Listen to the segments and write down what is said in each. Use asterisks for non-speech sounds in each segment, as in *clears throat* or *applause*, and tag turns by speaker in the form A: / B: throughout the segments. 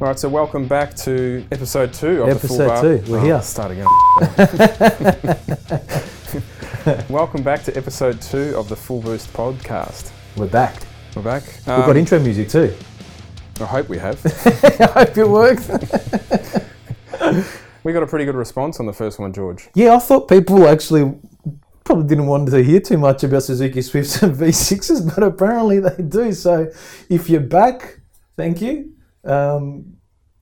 A: All right, so welcome back to episode two of the Full Bar.
B: Episode two, we're
A: Oh,
B: here.
A: Start again. Uh, welcome back to episode two of the Full Boost podcast.
B: We're back.
A: We're back. Um,
B: We've got intro
A: *laughs*
B: music too.
A: I hope we have.
B: *laughs* I hope it works.
A: we got a pretty good response on the first one, George.
B: *laughs* yeah, I thought people actually probably didn't want to hear too much about Suzuki Swifts and *laughs* V6s, but apparently they do. So if you're back, thank you. Um,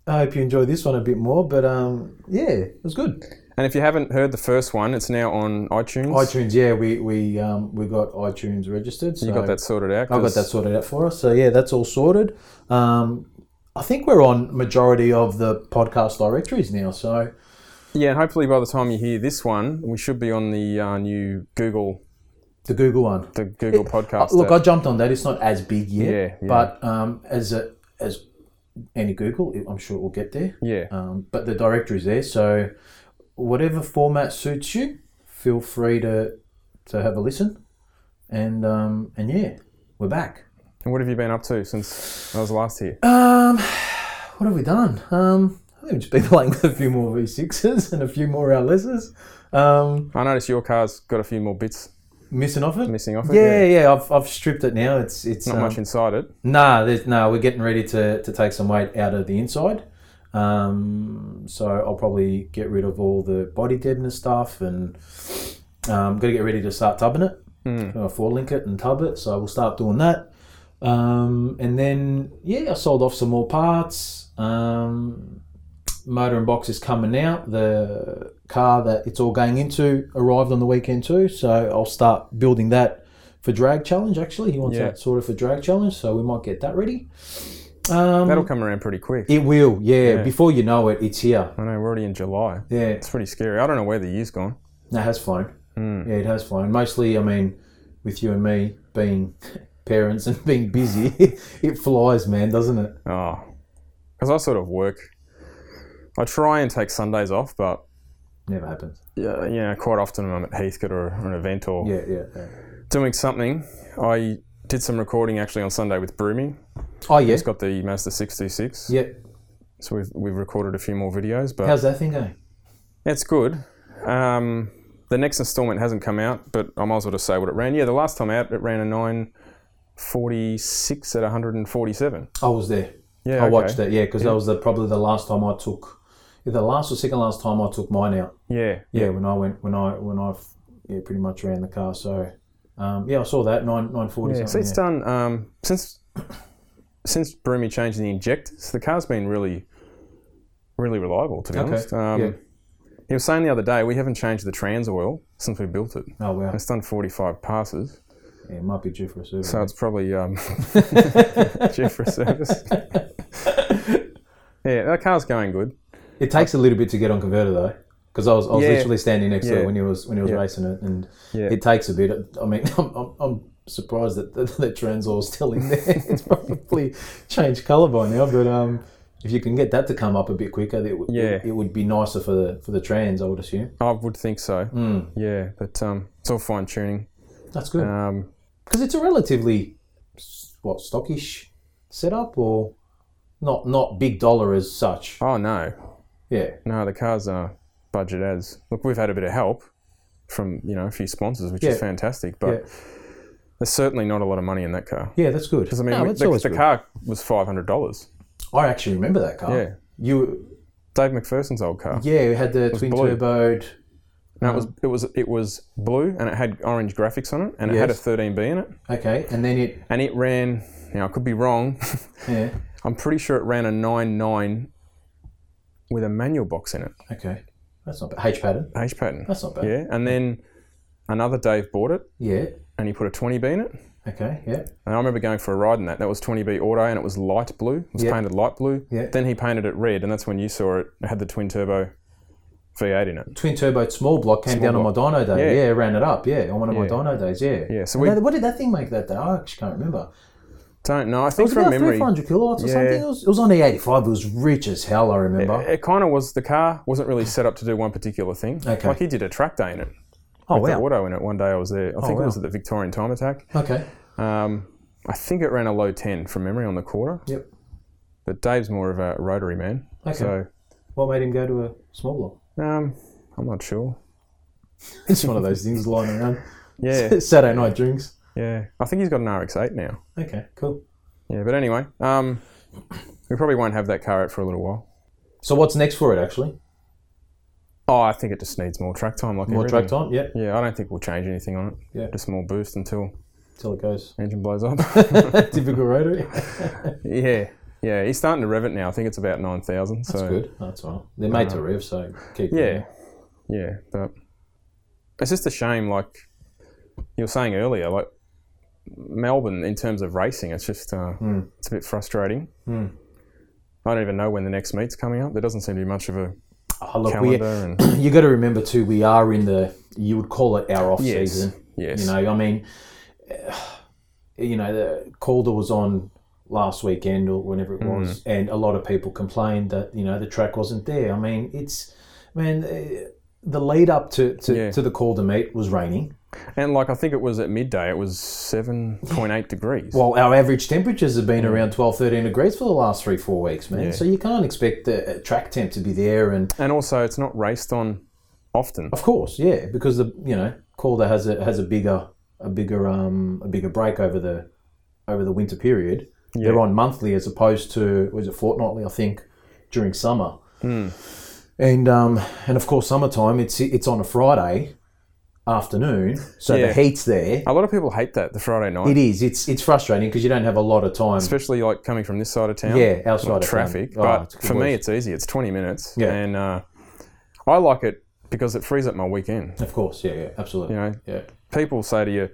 B: I hope you enjoy this one a bit more, but um, yeah, it was good.
A: And if you haven't heard the first one, it's now on iTunes.
B: iTunes, yeah, we we um, we got iTunes registered. So
A: You got that sorted out.
B: I got
A: 'cause
B: that sorted out for us. So yeah, that's all sorted. Um, I think we're on majority of the podcast directories now. So
A: Yeah, and hopefully by the time you hear this one, we should be on the uh, new Google,
B: the Google one.
A: the Google podcast.
B: uh, Look,
A: app.
B: I jumped on that. It's not as big
A: Yeah,
B: yet,
A: yeah.
B: but um, as a, as any Google, it- I'm sure it will get there.
A: yeah,
B: Um, but the directory's there, so whatever format suits you, feel free to to have a listen. And um, and yeah, we're back.
A: and what have you been up to since I was last here?
B: Um, what have we done? Um, I think we've just been *laughs* playing with a few more V6s and a few more LSs. Um,
A: I noticed your car's got a few more bits
B: missing off it?
A: missing off it.
B: yeah, yeah, I've, I've stripped it now. It's it's
A: Not
B: um,
A: much inside it.
B: Nah, there's, nah, we're getting ready to, to take some weight out of the inside. Um, so I'll probably get rid of all the body deadness stuff and um, got to get ready to start tubbing it. Uh, four link it and tub it. So we'll start doing that. Um, and then, yeah, I sold off some more parts. Um, motor and box is coming out. The car that it's all going into arrived on the weekend too. So I'll start building that for drag challenge actually. He wants
A: Yeah.
B: that sort of for drag challenge. So we might get that ready. Um,
A: That'll come around pretty quick.
B: it will, yeah. Before you know it, it's here.
A: I know we're already in July.
B: Yeah.
A: It's pretty scary. I don't know where the year's gone.
B: No, it has flown. Yeah, it has flown. Mostly, I mean, with you and me being *laughs* parents and being busy, *laughs* it flies, man, doesn't it?
A: Oh, because I sort of work. I try and take Sundays off, but
B: Never happens.
A: yeah, you know, quite often I'm at Heathcote or an event or
B: Yeah, yeah. yeah.
A: doing something. I did some recording actually on Sunday with Broomy.
B: Oh, yeah.
A: He's got the Mazda 626,
B: Yeah.
A: so we've, we've recorded a few more videos, but
B: How's that thing going?
A: it's good. Um, the next installment hasn't come out, but I might as well just say what it ran. Yeah, the last time out, it ran a 946 at 147.
B: I was there.
A: Yeah,
B: I watched that, yeah, because that was the, probably the last time I took, the last or second last time I took mine out.
A: Yeah,
B: Yeah, when I went, when I, when I, f- yeah, pretty much ran the car. So, um, yeah, I saw that nine nine forty.
A: Yeah, so
B: something.
A: it's done um, since since Broomy changed the injectors. The car's been really, really reliable. To be
B: Okay,
A: honest, um,
B: yeah.
A: he was saying the other day we haven't changed the trans oil since we built it.
B: yeah. Oh wow,
A: It's done 45 passes,
B: yeah, it might be due for a service.
A: so it's probably
B: *laughs*
A: um, due for service. yeah, that car's going good.
B: It takes a little bit to get on converter though, because I was, I was
A: Yeah.
B: literally standing next to
A: Yeah.
B: it when he was when he was
A: Yeah.
B: racing it, and
A: Yeah.
B: it takes a bit. I mean, *laughs* I'm, I'm, I'm surprised that the, the Transol's still in there. *laughs* it's probably changed colour by now, but um, if you can get that to come up a bit quicker, it, would-
A: Yeah.
B: it, would be nicer for the for the Trans, I would assume.
A: I would think so.
B: Hmm.
A: Yeah, but um, it's all fine tuning.
B: That's good
A: Um,
B: because Uh, it's a relatively s- what stockish setup or not not big dollar as such.
A: oh no,
B: Yeah,
A: No, the car's uh, budget as. Look, we've had a bit of help from you know a few sponsors, which is
B: Yeah.
A: fantastic. But
B: Yeah.
A: there's certainly not a lot of money in that car.
B: yeah, that's good.
A: Because I mean,
B: No,
A: we-
B: that's
A: the,
B: always
A: the
B: good.
A: car was five hundred dollars.
B: I actually remember that car.
A: Yeah.
B: You
A: Dave McPherson's old car.
B: Yeah, it had the twin
A: blue.
B: turboed.
A: No, it was it was it was blue and it had orange graphics on it and it had a
B: Yes.
A: 13B in it
B: Okay, and then it.
A: and it ran. Now I could be wrong. *laughs*
B: Yeah.
A: I'm pretty sure it ran a 9.9 with a manual box in it,
B: Okay, that's not bad. H pattern.
A: H pattern.
B: That's not bad.
A: Yeah, and then another Dave bought it
B: Yeah.
A: and he put a 20B in it.
B: Okay. Yeah.
A: And I remember going for a ride in that. That was 20B Auto and it was light blue. It was
B: Yeah.
A: painted light blue.
B: Yeah.
A: Then he painted it red, and that's when you saw it. It had the twin turbo V8 in it.
B: Twin turboed small block came down on my dyno day.
A: Yeah.
B: Yeah. ran it up. Yeah, on one of my
A: Yeah.
B: dyno days. Yeah.
A: Yeah, so
B: And
A: we-
B: that- what did that thing make that day? I actually can't remember.
A: Don't know. I
B: It
A: think
B: was
A: from
B: about
A: memory,
B: 300 kilowatts or
A: Yeah.
B: something. It was, it was on the 85. It was rich as hell, I remember.
A: it kind of was. The car wasn't really set up to do one particular thing.
B: Okay.
A: Like he did a track day in it.
B: oh,
A: The
B: wow. Oh,
A: auto in it. One day I was there. I think it was at the Victorian Time Attack.
B: Okay.
A: Um, I think it ran a low 10 from memory on the quarter.
B: Yep.
A: But Dave's more of a rotary man.
B: Okay.
A: So
B: What made him go to a small block? *laughs*
A: um, I'm not sure.
B: It's one of those things lying around. *laughs*
A: Yeah,
B: Saturday night drinks.
A: yeah. I think he's got an RX-8 now.
B: Okay, cool.
A: Yeah, but anyway, um, we probably won't have that car out for a little while.
B: So what's next for it actually?
A: Oh, I think it just needs more track time. Like
B: More
A: everything.
B: track time? Yep.
A: Yeah, I don't think we'll change anything on it.
B: Yeah.
A: Just a small boost until
B: Till it goes. *laughs* eh?
A: engine blows up. *laughs*
B: Typical rotary.
A: yeah, yeah. He's starting to rev it now. I think it's about nine thousand. So
B: That's good. That's all right. They're made to rev, so keep doing
A: Yeah,
B: it.
A: yeah, but it's just a shame. Like you were saying earlier, like Melbourne in terms of racing, it's just uh,
B: Hmm.
A: it's a bit frustrating.
B: Mm.
A: I don't even know when the next meet's coming up. There doesn't seem to be much of a
B: Oh, look, we,
A: calendar, and
B: *clears throat* you got to remember too, we are in the you would call it our off
A: Yes,
B: season.
A: yes.
B: You know, I mean, *sighs* eh, you know, the Calder was on last weekend or whenever it was,
A: Mm.
B: and a lot of people complained that you know the track wasn't there. I mean, it's man, eh, the lead up to to,
A: Yeah.
B: to the Calder meet was raining.
A: and like I think it was at midday. It was seven point eight degrees.
B: Well, our average temperatures have
A: Mm.
B: been around 12, 13 degrees for the last three, four weeks, man. So you can't expect the eh, track temp to be there and
A: and also, it's not raced on often.
B: Of course, yeah, because the you know Calder has a has a bigger a bigger um a bigger break over the over the winter period. They're on monthly as opposed to was it fortnightly I think during summer.
A: Hmm.
B: And um and of course summertime it's it's on a Friday afternoon, so
A: Yeah. Oh.
B: the heat's there.
A: A lot of people hate that the Friday night,
B: It is it's it's frustrating because you don't have a lot of time.
A: especially like coming from this side of town.
B: Yeah, outside of
A: traffic.
B: town. Oh,
A: But
B: it's good
A: for me, it's
B: words.
A: easy. It's 20 minutes.
B: Yeah.
A: And uh, I like it because it frees up my weekend.
B: of course, yeah, yeah, absolutely,
A: You know,
B: yeah.
A: people say to you,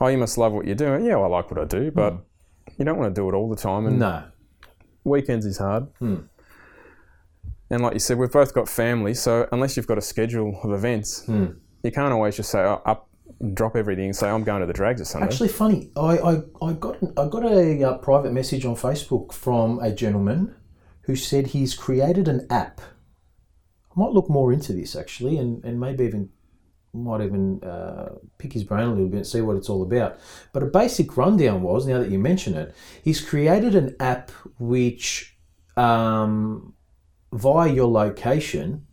A: oh, you must love what you're doing. Yeah, well, I like what I do, but
B: Hmm.
A: you don't want to do it all the time. And
B: No,
A: weekends is hard.
B: Hmm.
A: And like you said, we've both got families, so unless you've got a schedule of events,
B: Hmm.
A: you can't always just say, oh, up, drop everything and say, I'm going to the drags or something.
B: Actually, funny. I, I, I got an- I got a uh, private message on Facebook from a gentleman who said he's created an app. I might look more into this actually, and, and maybe even might even uh, pick his brain a little bit and see what it's all about. But a basic rundown was now that you mention it, he's created an app which um, via your location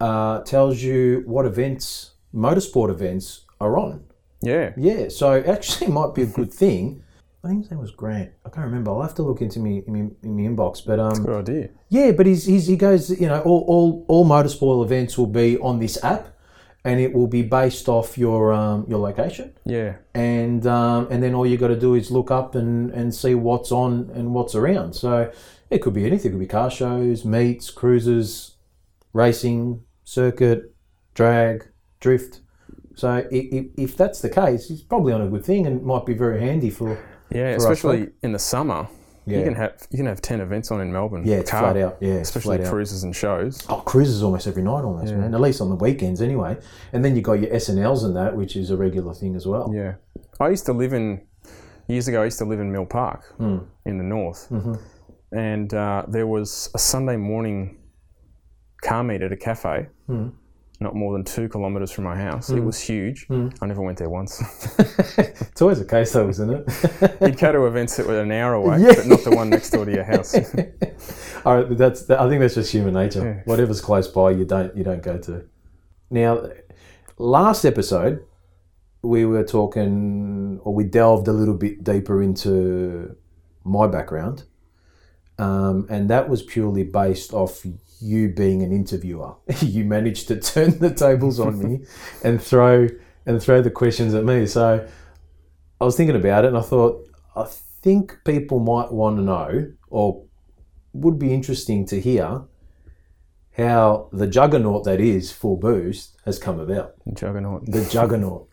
B: uh, tells you what events, motorsport events, are on.
A: yeah.
B: Yeah, so actually *laughs* it might be a good thing. I think his name was Grant. I can't remember. I'll have to look into me in me, in me inbox. But um,
A: Good idea.
B: yeah, but he's, he's he goes. You know, all, all all motorsport events will be on this app, and it will be based off your um, your location,
A: Yeah.
B: and um, and then all you got to do is look up and and see what's on and what's around. So it could be anything. It could be car shows, meets, cruises, racing, circuit, drag, drift. So i i if that's the case, it's probably on a good thing and might be very handy for.
A: Yeah,
B: us
A: especially in the summer. You
B: Yeah.
A: can have you can have ten events on in Melbourne.
B: Yeah, it's
A: car-
B: flat out. Yeah, it's
A: especially
B: flat out.
A: cruises and shows.
B: Oh, cruises almost every night, almost man. At least on the weekends, anyway. And then you got your SNLs and that, which is a regular thing as well.
A: Yeah, I used to live in years ago. I used to live in Mill Park
B: Hmm.
A: in the north,
B: Mm-hmm.
A: and uh, there was a Sunday morning car meet at a cafe.
B: Hmm.
A: Not more than two kilometres from my house. It was huge.
B: Hmm.
A: I never went there
B: *laughs*
A: once.
B: It's always the case, though, isn't it? *laughs*
A: You'd go to events that were an hour away,
B: Yeah.
A: but not the one next door to your
B: *laughs*
A: house. *laughs*
B: All right, but that's. I think that's just human nature. Whatever's close by, you don't you don't go to. Now, last episode, we were talking, or we delved a little bit deeper into my background, um, and that was purely based off you being an interviewer. *laughs* you managed to turn the tables on me, and throw and throw the questions at me. So, I was thinking about it, and I thought, I think people might want to know, or would be interesting to hear how the juggernaut that is Full Boost has come about.
A: Juggernaut.
B: The juggernaut.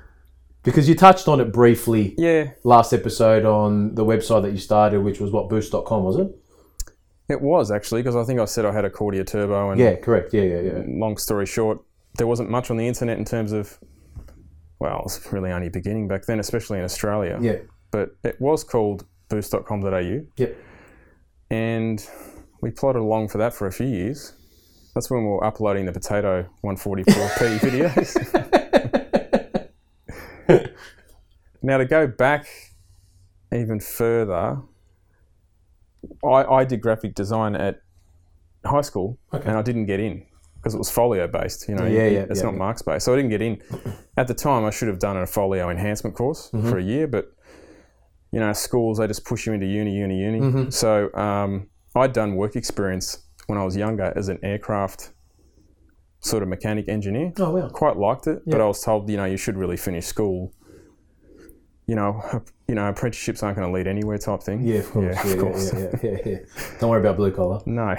B: *laughs* because you touched on it briefly
A: Yeah,
B: last episode on the website that you started, which was what, boost.com, was it?
A: it was actually because I think I said I had a Cordia turbo and
B: Yeah, correct. Yeah, yeah, yeah.
A: long story short, there wasn't much on the internet in terms of, well, it was really only beginning back then, especially in Australia.
B: Yeah.
A: But it was called boost.com.au,
B: Yep.
A: and we plodded along for that for a few years. That's when we were uploading the potato
B: *laughs*
A: 144p videos. now, to go back even further, I, I did graphic design at high school
B: Okay.
A: and I didn't get in because it was folio based. You know,
B: Yeah, yeah,
A: it's
B: yeah,
A: not
B: yeah.
A: marks based. So I didn't get in. At the time, I should have done a folio enhancement course
B: Mm-hmm.
A: for a year, but you know, schools they just push you into uni, uni, uni.
B: Mm-hmm.
A: So um, I'd done work experience when I was younger as an aircraft sort of mechanic engineer.
B: Oh wow.
A: Quite liked it, but I was told you know you should really finish school. You know, you know, apprenticeships aren't going to lead anywhere, type thing.
B: Yeah, of course.
A: Yeah,
B: Yeah,
A: of
B: yeah,
A: course.
B: yeah, yeah, yeah, yeah. Don't worry about blue collar.
A: No.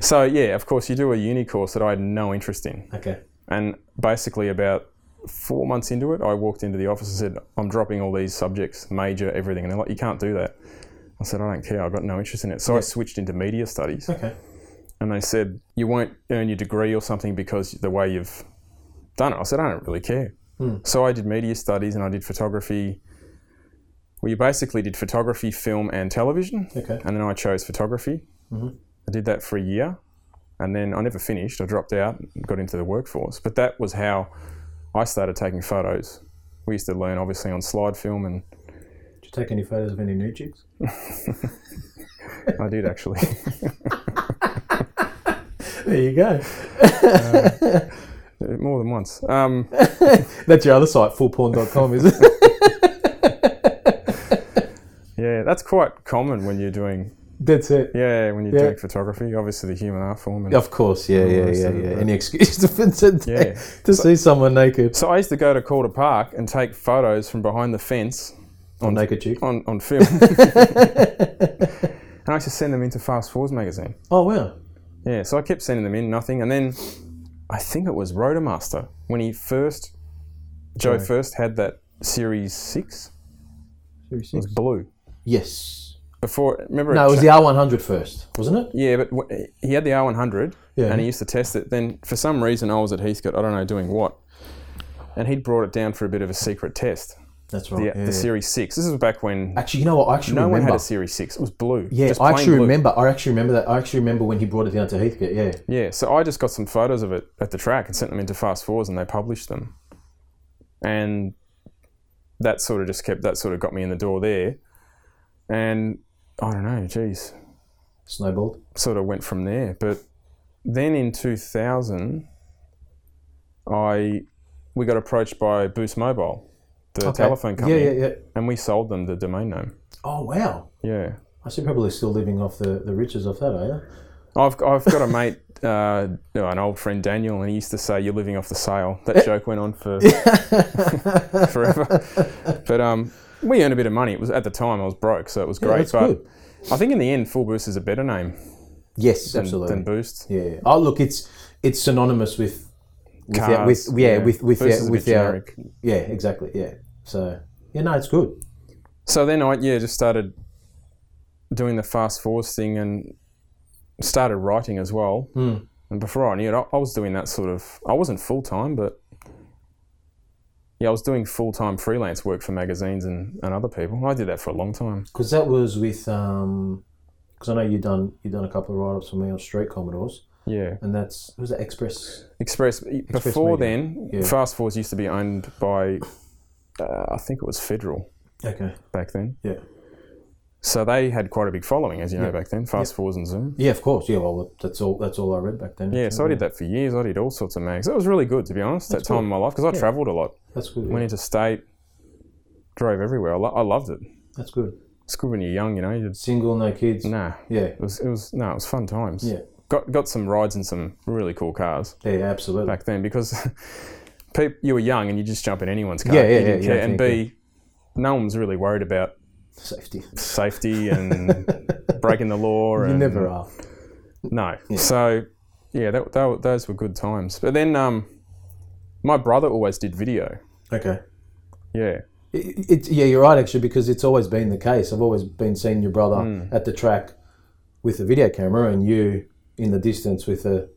A: *laughs* so yeah, of course, you do a uni course that I had no interest in,
B: Okay.
A: and basically about four months into it, I walked into the office and said, "I'm dropping all these subjects, major, everything," and they're like, "You can't do that." I said, "I don't care. I've got no interest in it." So I switched into media studies,
B: Okay.
A: and they said, "You won't earn your degree or something because the way you've done it." I said, "I don't really care."
B: Hmm.
A: So I did media studies and I did photography. Well, you basically did photography, film, and television
B: Okay. Mm-hmm.
A: and then I chose photography. I did that for a year, and then I never finished. I dropped out, and got into the workforce. But that was how I started taking photos. We used to learn obviously on slide film, and
B: Did you take any photos of any new chicks?
A: I did actually. *laughs*
B: There you go.
A: More than once. Um,
B: That's your other site, fullporn.com, is it?
A: yeah, that's quite common when you're doing
B: *laughs* That's it.
A: yeah when you're
B: Yeah.
A: doing photography. Obviously, the human art form. And,
B: Of course,
A: Oh,
B: yeah, yeah, yeah,
A: so-
B: yeah. Any excuse to, to,
A: Yeah.
B: to see someone naked.
A: So I used to go to Calder Park and take photos from behind the fence
B: Or naked chick.
A: on on film, and I used to send them into Fast Fours magazine.
B: Oh, wow.
A: Yeah, so I kept sending them in, nothing. And then I think it was Rotomaster when he first, Joe first had that Series 6. It was blue.
B: Yes.
A: Before, remember?
B: No, it was
A: cha-
B: the R100 first, wasn't it?
A: yeah, but w- he had the R100
B: Yeah.
A: and he used to test it. Then for some reason, I was at Heathcote, I don't know, doing what. And he'd brought it down for a bit of a secret test.
B: That's right.
A: The, the Series 6. This was back when
B: Actually, you know what? I actually
A: no one
B: remember.
A: had a Series 6. It was blue.
B: yeah,
A: just
B: I
A: plain
B: actually
A: blue.
B: remember. I actually remember that. I actually remember when he brought it down to Heathcote. Yeah.
A: Yeah, so I just got some photos of it at the track and sent them into Fast Fours, and they published them. And that sort of just kept that sort of got me in the door there. And I don't know, geez,
B: Snowballed.
A: sort of went from there. But then in 2000, I we got approached by Boost Mobile, the
B: Okay.
A: telephone company,
B: Yeah, yeah, yeah.
A: and we sold them the domain name.
B: Oh, wow.
A: Yeah,
B: I see probably still living off the, the riches of that, are you?
A: I've, I've got a mate, uh, no, an old friend Daniel, and he used to say, "You're living off the sale." That joke went on
B: *laughs*
A: for forever. But um, we earned a bit of money. It was at the time I was broke, so it was great.
B: that's
A: but
B: good.
A: I think in the end, Full Boost is a better name
B: Yes, absolutely.
A: than Boost.
B: yeah. Oh, look, it's it's synonymous with with, our,
A: Cars,
B: with yeah,
A: yeah.
B: with with
A: Boost is a
B: our,
A: bit
B: with our
A: generic.
B: yeah, exactly. Yeah. So yeah, no, it's good.
A: So then I yeah just started doing the fast forwards thing and started writing as well.
B: Hmm.
A: And before I knew it, I, I was doing that sort of. I wasn't full time, but yeah, I was doing full time freelance work for magazines and, and other people. I did that for a long time.
B: Because that was with um, because I know you done you done a couple of write ups for me on Street Commodores,
A: Yeah,
B: and that's was that Express.
A: Express. e, before
B: Media,
A: then,
B: yeah.
A: fast forwards used to be owned by, uh, I think it was Federal
B: Okay.
A: back then.
B: Yeah.
A: So they had quite a big following, as you know, back then. Fast forwards and Zoom.
B: Yeah, of course. Yeah, well, that's all. That's all I read back then.
A: Yeah, so I did that for years. I did all sorts of mags. It was really good, to be honest, that time in my life, because I travelled a lot.
B: that's good.
A: Went interstate, drove everywhere. I, lo- I loved it.
B: That's good.
A: It's good when you're young, you know. You just,
B: Single, no kids.
A: nah,
B: Yeah,
A: it was it was no, it was fun times.
B: Yeah.
A: Got got some rides in some really cool cars
B: yeah, absolutely.
A: back then because, *laughs* peop you were young and you just jump in anyone's car.
B: Yeah, yeah,
A: You
B: yeah,
A: didn't
B: you
A: care.
B: don't
A: And
B: think,
A: B, no one was really worried about
B: Safety.
A: safety
B: *laughs*
A: and breaking the law.
B: You
A: and
B: never are.
A: Mm-hmm. No. So, yeah, that, that, were- those were good times. But then, um, my brother always did video.
B: Okay.
A: Yeah.
B: It, it, yeah, you're right actually because it's always been the case. I've always been seeing your brother
A: Hmm.
B: at the track with a video camera and you in the distance with a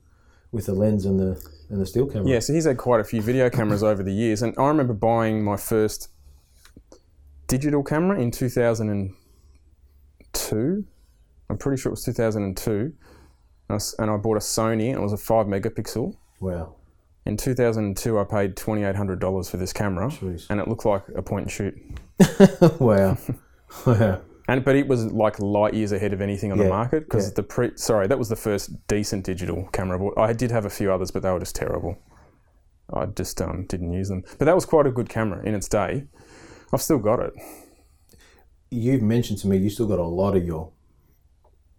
B: with a lens and the and the still camera.
A: Yeah, so he's had quite a few video cameras over the years, and I remember buying my first digital camera in 2002. I'm pretty sure it was 2002. And I s- And I bought a Sony, and it was a 5 megapixel.
B: Wow. *laughs*
A: In 2002, I paid $2,800 for this camera,
B: Jeez.
A: *laughs* and it looked like a point and shoot.
B: wow. Wow.
A: and but it was like light years ahead of anything on
B: Yeah,
A: the market because
B: yeah.
A: the pre sorry that was the first decent digital camera board. I did have a few others, but they were just terrible. I just um, didn't use them. But that was quite a good camera in its day. I've still got it.
B: You've mentioned to me you still got a lot of your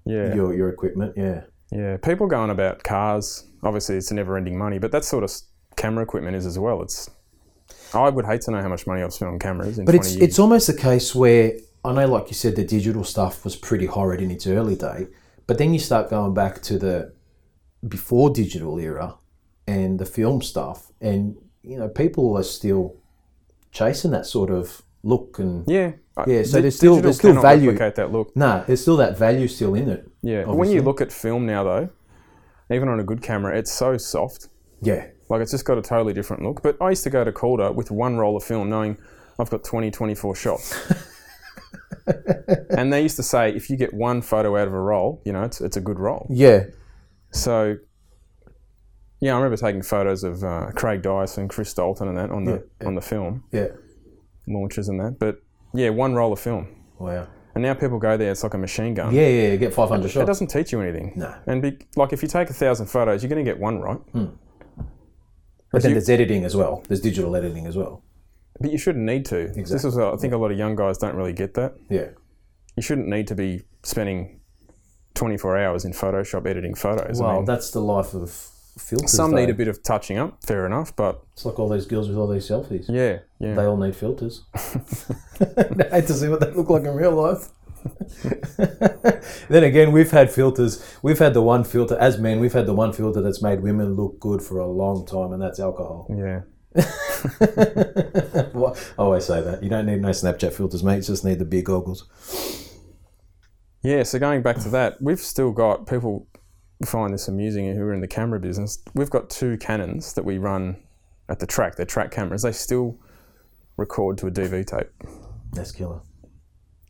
A: Yeah,
B: your, your equipment. Yeah.
A: yeah. People going about cars. Obviously, it's never-ending money, but that sort of s- camera equipment is as well. It's I would hate to know how much money I've spent on cameras in
B: But
A: 20
B: it's
A: years.
B: it's almost a case where I know, like you said, the digital stuff was pretty horrid in its early day, but then you start going back to the before digital era and the film stuff, and you know people are still chasing that sort of look and
A: yeah, I-
B: Yeah, so
A: di-
B: there's still-
A: digital
B: there's still
A: cannot
B: value.
A: replicate that look.
B: nah, there's still that value still in it.
A: Yeah. But When you look at film now, though, even on a good camera, it's so soft.
B: Yeah,
A: Like it's just got a totally different look. But I used to go to Calder with one roll of film, knowing I've got 20, 24
B: *laughs*
A: shots. and they used to say, if you get one photo out of a roll, you know, it's, it's a good roll.
B: yeah,
A: So, yeah, I remember taking photos of uh, Craig Dyson, Chris Dalton, and that on the on the film
B: yeah.
A: launches and that. But yeah, one roll of film.
B: Wow.
A: And now people go there, it's like a machine gun.
B: Yeah, yeah, yeah get 500
A: It
B: shots.
A: doesn't teach you anything.
B: No. Mm.
A: And be, like, if you take a thousand photos, you're going to get one right.
B: But then
A: you-
B: there's editing as well. There's digital editing as well.
A: But you shouldn't need to. This is, what I think, a lot of young guys don't really get that.
B: Yeah.
A: You shouldn't need to be spending 24 hours in Photoshop editing photos. I
B: Well,
A: mean,
B: that's the life of filters.
A: some need
B: though.
A: a bit of touching up, fair enough. But
B: It's like all those girls with all these selfies.
A: yeah, yeah.
B: They all need *laughs* filters. I hate to see what they look like in real life. then again, we've had filters. We've had the one filter, as men, we've had the one filter that's made women look good for a long time, and that's alcohol.
A: yeah.
B: Well, I always say that. You don't need no Snapchat filters, mate. You just need the beer goggles.
A: Yeah, so going back to that, we've still got people find this amusing who are in the camera business. We've got two Canons that we run at the track, they're track cameras. They still record to a DV tape.
B: That's killer.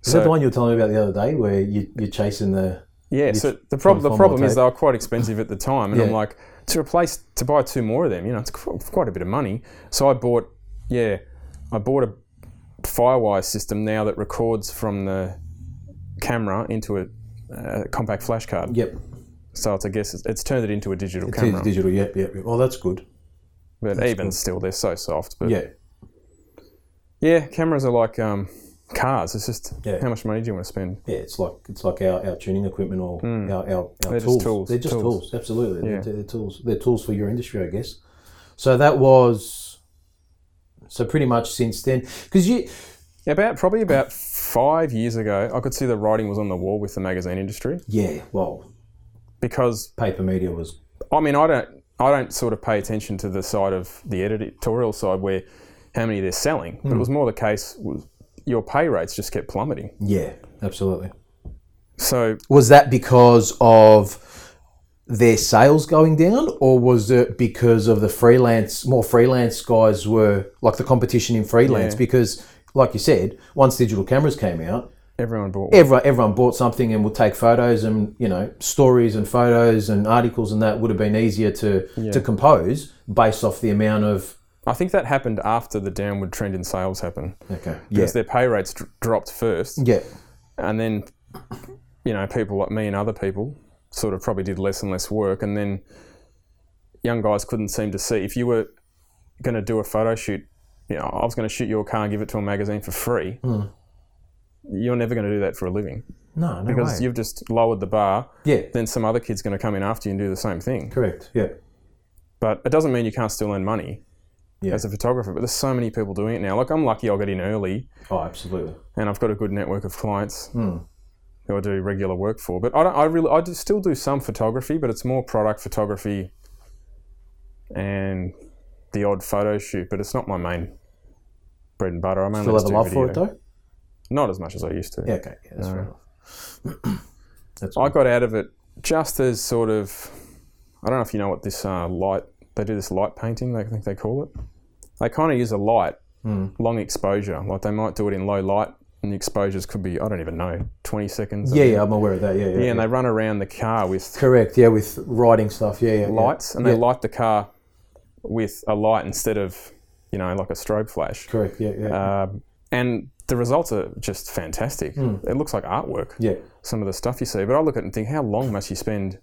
B: Is
A: So-
B: that the one you were telling me about the other day where you, you're chasing the.
A: Yeah, so the, prob- the
B: formal
A: problem is
B: tape.
A: they were quite expensive at the time, and I'm
B: Yeah.
A: like, to replace to buy two more of them, you know, it's qu- quite a bit of money. So I bought, yeah, I bought a FireWire system now that records from the camera into a uh, compact flash card.
B: Yep.
A: So it's, I guess it's, it's turned it into a digital
B: It's
A: camera,
B: digital. Yep, yep, yep. Oh, that's good.
A: but even still, they're so soft. But
B: Yeah.
A: yeah, cameras are like um, cars. It's just
B: Yeah.
A: how much money do you want to spend?
B: Yeah, it's like it's like our, our tuning equipment or our, our, our
A: Hmm. They're just
B: tools.
A: tools,
B: They're just
A: tools.
B: tools. Absolutely,
A: Yeah.
B: they're, they're tools. They're tools for your industry, I guess. So that was so pretty much since then, because you
A: About probably about five years ago, I could see the writing was on the wall with the magazine industry
B: yeah, well,
A: because
B: paper media was
A: I mean, I don't, I don't sort of pay attention to the side of the editorial side where how many they're selling. But it was more the case was your pay rates just kept plummeting.
B: yeah, absolutely.
A: So
B: Was that because of their sales going down, or was it because of the freelance more freelance guys were like the competition in freelance?
A: Yeah.
B: Because, like you said, once digital cameras came out,
A: everyone bought.
B: everyone, everyone bought something and would take photos and you know stories and photos and articles and that would have been easier to to compose based off the amount of
A: I think that happened after the downward trend in sales happened
B: okay yeah
A: because their pay rates dr- dropped first,
B: yeah
A: and then you know people like me and other people sort of probably did less and less work, and then young guys couldn't seem to see if you were going to do a photo shoot. You know, I was going to shoot your car and give it to a magazine for free. You're never going to do that for a living.
B: no no
A: because
B: way.
A: you've just lowered the bar.
B: yeah
A: Then some other kid's going to come in after you and do the same thing.
B: correct yeah
A: But it doesn't mean you can't still earn money
B: Yeah.
A: as a photographer. But there's so many people doing it now. Like I'm lucky I got in early,
B: oh absolutely
A: and I've got a good network of clients
B: Hmm.
A: who I do regular work for. But I, don't, I really I do still do some photography, but it's more product photography and the odd photo shoot. But it's not my main bread and butter. I'm only
B: still have
A: just
B: a
A: do
B: love
A: video.
B: for it though
A: Not as much as I used to.
B: yeah okay yeah that's fair enough *clears throat* that's
A: I
B: I,
A: got out of it just as sort of, I don't know if you know what this uh, light, they do this light painting, they, I think they call it. They kind of use a light,
B: Hmm.
A: long exposure. Like they might do it in low light, and the exposures could be, I don't even know, 20 seconds.
B: yeah yeah I'm aware of that yeah yeah,
A: Yeah, and they run around the car with
B: correct yeah with writing stuff yeah yeah
A: lights,
B: yeah.
A: and they
B: Yeah,
A: light the car with a light instead of, you know, like a strobe flash. Uh,
B: correct yeah yeah
A: Um, and the results are just fantastic. It looks like artwork.
B: Hmm. Yeah.
A: Some of the stuff you see, but I look at it and think, how long must you spend